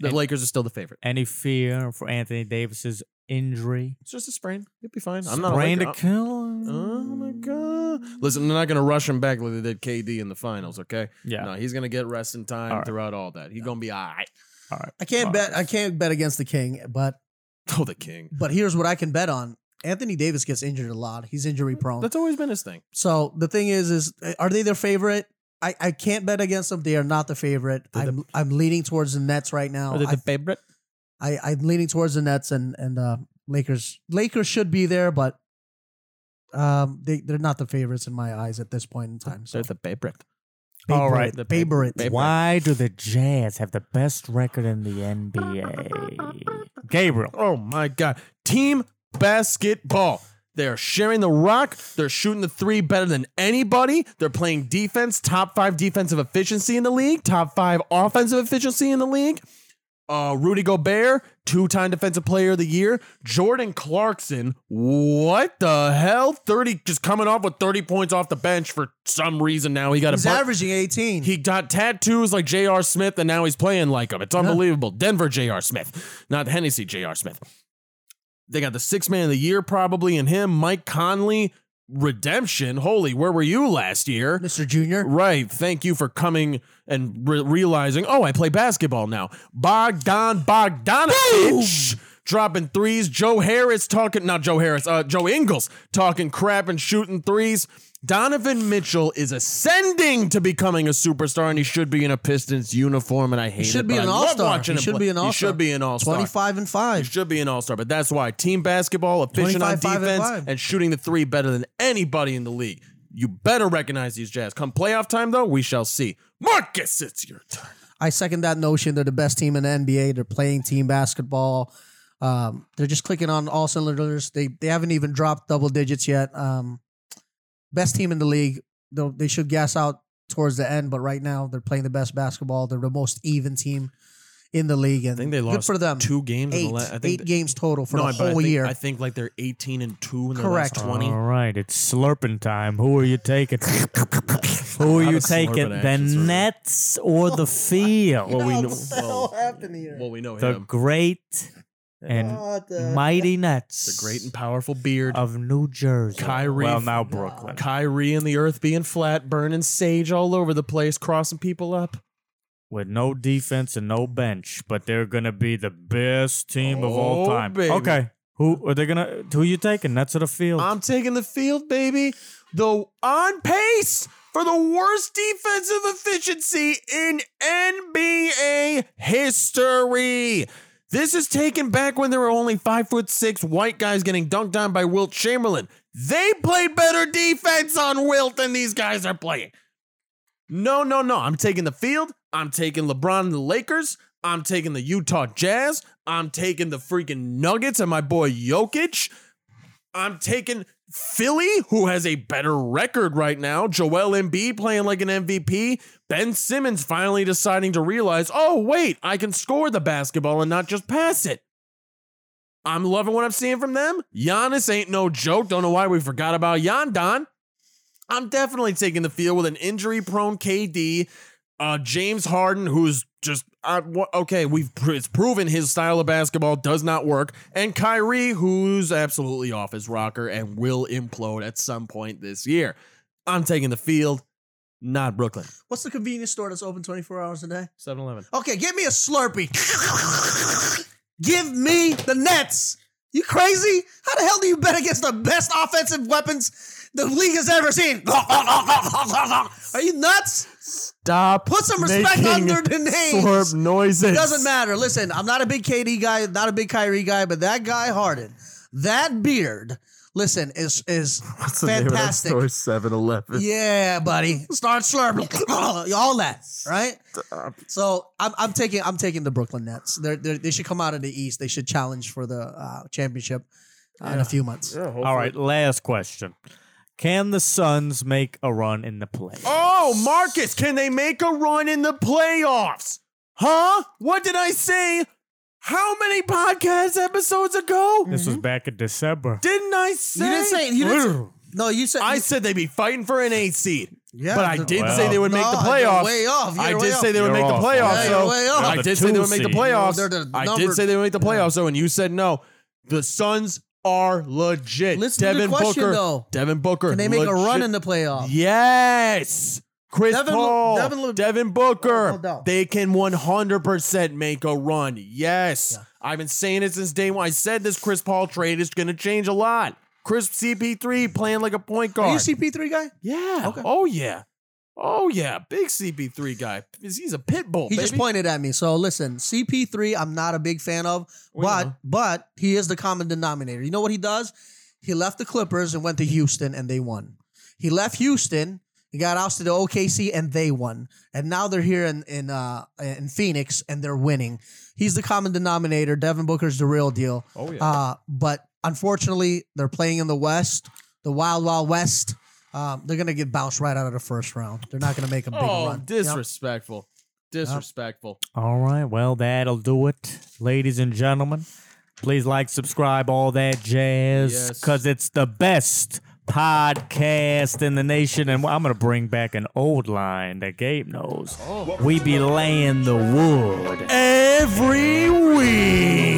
Speaker 3: The
Speaker 5: And-
Speaker 3: Lakers are still the favorite.
Speaker 5: Any fear for Anthony Davis's injury?
Speaker 3: It's just a sprain. You'll be fine. I'm
Speaker 5: Sprained
Speaker 3: not
Speaker 5: a
Speaker 3: a Laker.
Speaker 5: Achilles.
Speaker 3: Oh my god! Listen, they're not gonna rush him back like they did KD in the finals. Okay.
Speaker 5: Yeah.
Speaker 3: No, he's gonna get rest in time
Speaker 5: All right.
Speaker 3: throughout all that. He's gonna be all right.
Speaker 4: I can't bet. I can't bet against the king, but
Speaker 3: Oh, the king.
Speaker 4: but here's what I can bet on: Anthony Davis gets injured a lot. He's injury prone.
Speaker 3: That's always been his thing.
Speaker 4: so the thing is, is uh, are they their favorite? I, I can't bet against them. They are not the favorite. I'm I'm leaning towards the Nets right now. I,
Speaker 3: favorite?
Speaker 4: I I'm leaning towards the Nets and and uh, Lakers. Lakers should be there, but um, they they're not the favorites in my eyes at this point in time. So
Speaker 3: They're the favorite.
Speaker 5: all right,
Speaker 4: favorite, favorite.
Speaker 3: Favorite.
Speaker 5: Why do the Jazz have the best record in the NBA? Gabriel.
Speaker 3: Oh my god! Team basketball. They are sharing the rock. They're shooting the three better than anybody. They're playing defense, top five defensive efficiency in the league, top five offensive efficiency in the league. Uh, Rudy Gobert, two time defensive player of the year. Jordan Clarkson, what the hell? 30, just coming off with 30 points off the bench for some reason now. He got
Speaker 4: He's
Speaker 3: a bu-
Speaker 4: averaging 18.
Speaker 3: He got tattoos like J.R. Smith, and now he's playing like him. It's unbelievable. Denver J.R. Smith, not Hennessy J.R. Smith. They got the sixth man of the year probably in him, Mike Conley. Redemption. Holy, where were you last year?
Speaker 4: Mr. Junior.
Speaker 3: Right. Thank you for coming and re- realizing, oh, I play basketball now. Bogdan Bogdanovich dropping threes. Joe Harris talking, not Joe Harris, uh, Joe Ingles talking crap and shooting threes. Donovan Mitchell is ascending to becoming a superstar, and he should be in a Pistons uniform. And I hate
Speaker 4: should
Speaker 3: it,
Speaker 4: be
Speaker 3: but
Speaker 4: an
Speaker 3: I love
Speaker 4: all-star.
Speaker 3: watching
Speaker 4: He
Speaker 3: him
Speaker 4: should
Speaker 3: play.
Speaker 4: be an all-star.
Speaker 3: He should be an all-star.
Speaker 4: 25 and
Speaker 3: He
Speaker 4: 5.
Speaker 3: should be an all star, but that's why team basketball, efficient on
Speaker 4: 25, five, and
Speaker 3: defense,
Speaker 4: five.
Speaker 3: and, shooting the three better than anybody in the league. You better recognize these Jazz. Come playoff time, though, we shall see. Marcus, it's your turn.
Speaker 4: I second that notion. They're the best team in the NBA. They're playing team basketball. Um, they're just clicking on all cylinders. They they haven't even dropped double digits yet. Um, best team in the league. Though they should gas out towards the end, but right now they're playing the best basketball. They're the most even team in the league, and
Speaker 3: I think they
Speaker 4: good
Speaker 3: lost
Speaker 4: for them.
Speaker 3: Two games
Speaker 4: eight
Speaker 3: in the last. I think
Speaker 4: eight games total for
Speaker 3: no,
Speaker 4: the
Speaker 3: but I
Speaker 4: whole
Speaker 3: think-
Speaker 4: year.
Speaker 3: I think like they're 18 and 2 in the
Speaker 4: Correct.
Speaker 3: last 20.
Speaker 5: All right, it's slurping time. Who are you taking? Who are
Speaker 3: Not
Speaker 5: you
Speaker 3: a slurping
Speaker 5: taking? The
Speaker 3: action, sorry.
Speaker 5: Nets or the field?
Speaker 3: Well, we know,
Speaker 4: hell
Speaker 3: well,
Speaker 4: happened here?
Speaker 3: well, we know
Speaker 5: the
Speaker 3: him.
Speaker 5: great and
Speaker 4: What Oh, the-
Speaker 5: mighty Nets.
Speaker 3: The great and powerful beard.
Speaker 5: of New Jersey.
Speaker 3: Kyrie.
Speaker 5: Well, now Brooklyn.
Speaker 3: Kyrie and the earth being flat, burning sage all over the place, crossing people up.
Speaker 5: with no defense and no bench, but they're gonna be the best team of all
Speaker 3: Oh,
Speaker 5: time.
Speaker 3: baby.
Speaker 5: Okay, who are they gonna? Who you taking? That's to the field.
Speaker 3: I'm taking the field, baby. The on pace for the worst defensive efficiency in NBA history. This is taken back when there were only five foot six white guys getting dunked on by Wilt Chamberlain. They played better defense on Wilt than these guys are playing. No, no, no. I'm taking the field. I'm taking LeBron and the Lakers. I'm taking the Utah Jazz. I'm taking the freaking Nuggets and my boy Jokic. I'm taking Philly, who has a better record right now. Joel Embiid playing like an MVP. Ben Simmons finally deciding to realize, oh, wait, I can score the basketball and not just pass it. I'm loving what I'm seeing from them. Giannis ain't no joke. Don't know why we forgot about Yondon. I'm definitely taking the field with an injury prone KD. Uh, James Harden, who's just uh, wha- okay, we've pr- it's proven his style of basketball does not work, and Kyrie, who's absolutely off his rocker and will implode at some point this year. I'm taking the field, not Brooklyn.
Speaker 4: What's the convenience store that's open 24 hours a day?
Speaker 3: 7-Eleven.
Speaker 4: Okay, give me a Slurpee. give me the Nets. You crazy? How the hell do you bet against the best offensive weapons the league has ever seen? Are you nuts?
Speaker 3: Stop.
Speaker 4: Put some respect
Speaker 3: making
Speaker 4: under the names.
Speaker 3: Slurp noises.
Speaker 4: It doesn't matter. Listen, I'm not a big KD guy, not a big Kyrie guy, but that guy Harden, that beard, listen, is is fantastic.
Speaker 3: 7-Eleven.
Speaker 4: Yeah, buddy. Start slurping. All that, right?
Speaker 3: uh,
Speaker 4: So I'm, I'm taking I'm taking the Brooklyn Nets. They're, they're, they should come out of the East. They should challenge for the uh, championship uh, in a few months.
Speaker 5: All right, last question. Can the Suns make a run in the play?
Speaker 3: Oh, Marcus, can they make a run in the playoffs? Huh? What did I say? How many podcast episodes ago?
Speaker 5: This was back in December.
Speaker 3: Didn't I say?
Speaker 4: You didn't say. You didn't say no, you said.
Speaker 3: I said they'd be fighting for an eight seed.
Speaker 4: yeah,
Speaker 3: but I
Speaker 4: the-
Speaker 3: did
Speaker 5: Wow.
Speaker 3: say they would make
Speaker 4: No,
Speaker 3: the
Speaker 4: you're
Speaker 3: playoffs.
Speaker 4: Way off.
Speaker 3: I
Speaker 4: You're way
Speaker 3: did
Speaker 4: off.
Speaker 3: say they would
Speaker 5: You're
Speaker 3: make the
Speaker 5: off.
Speaker 3: playoffs,
Speaker 4: Yeah,
Speaker 3: though.
Speaker 4: you're way off.
Speaker 3: I
Speaker 5: They're the
Speaker 3: did say they
Speaker 5: two
Speaker 3: would make the
Speaker 5: seed.
Speaker 4: They're
Speaker 3: playoffs.
Speaker 4: the
Speaker 3: I did
Speaker 4: numbered-
Speaker 3: say they would make the playoffs, though, and you said no. The Suns are legit.
Speaker 4: Listen to the
Speaker 3: Devin
Speaker 4: question,
Speaker 3: Booker.
Speaker 4: though.
Speaker 3: Devin Booker.
Speaker 4: Can they make a run
Speaker 3: legit-
Speaker 4: in the playoffs?
Speaker 3: Yes. Chris
Speaker 4: Devin-
Speaker 3: Paul,
Speaker 4: Devin Lu-
Speaker 3: Devin, Booker,
Speaker 4: No doubt.
Speaker 3: they can 100% make a run. Yes. I've been saying it since day one. I said this Chris Paul trade is going to change a lot. Chris CP3 playing like a point guard.
Speaker 4: Are you CP3 guy?
Speaker 3: yeah.
Speaker 4: Okay.
Speaker 3: Oh, yeah. Oh, yeah. Big CP3 guy. He's a pit bull.
Speaker 4: He just
Speaker 3: baby.
Speaker 4: pointed at me. So listen, CP3, I'm not a big fan of,
Speaker 3: We
Speaker 4: but
Speaker 3: know.
Speaker 4: but he is the common denominator. You know what he does? He left the Clippers and went to Houston and they won. He left Houston, he got ousted to OKC and they won. And now they're here in in uh, in Phoenix and they're winning. He's the common denominator. Devin Booker's the real deal.
Speaker 3: Oh, yeah.
Speaker 4: Uh, but unfortunately, they're playing in the West, the Wild Wild West. Um, they're gonna get bounced right out of the first round. They're not gonna make a big
Speaker 3: oh,
Speaker 4: run. Yep.
Speaker 3: disrespectful. Disrespectful.
Speaker 5: All right, well, that'll do it, ladies and gentlemen. Please like, subscribe, all that jazz,
Speaker 3: Yes.
Speaker 5: because it's the best podcast in the nation. And I'm going to bring back an old line that Gabe knows. We be laying the wood.
Speaker 3: Every week.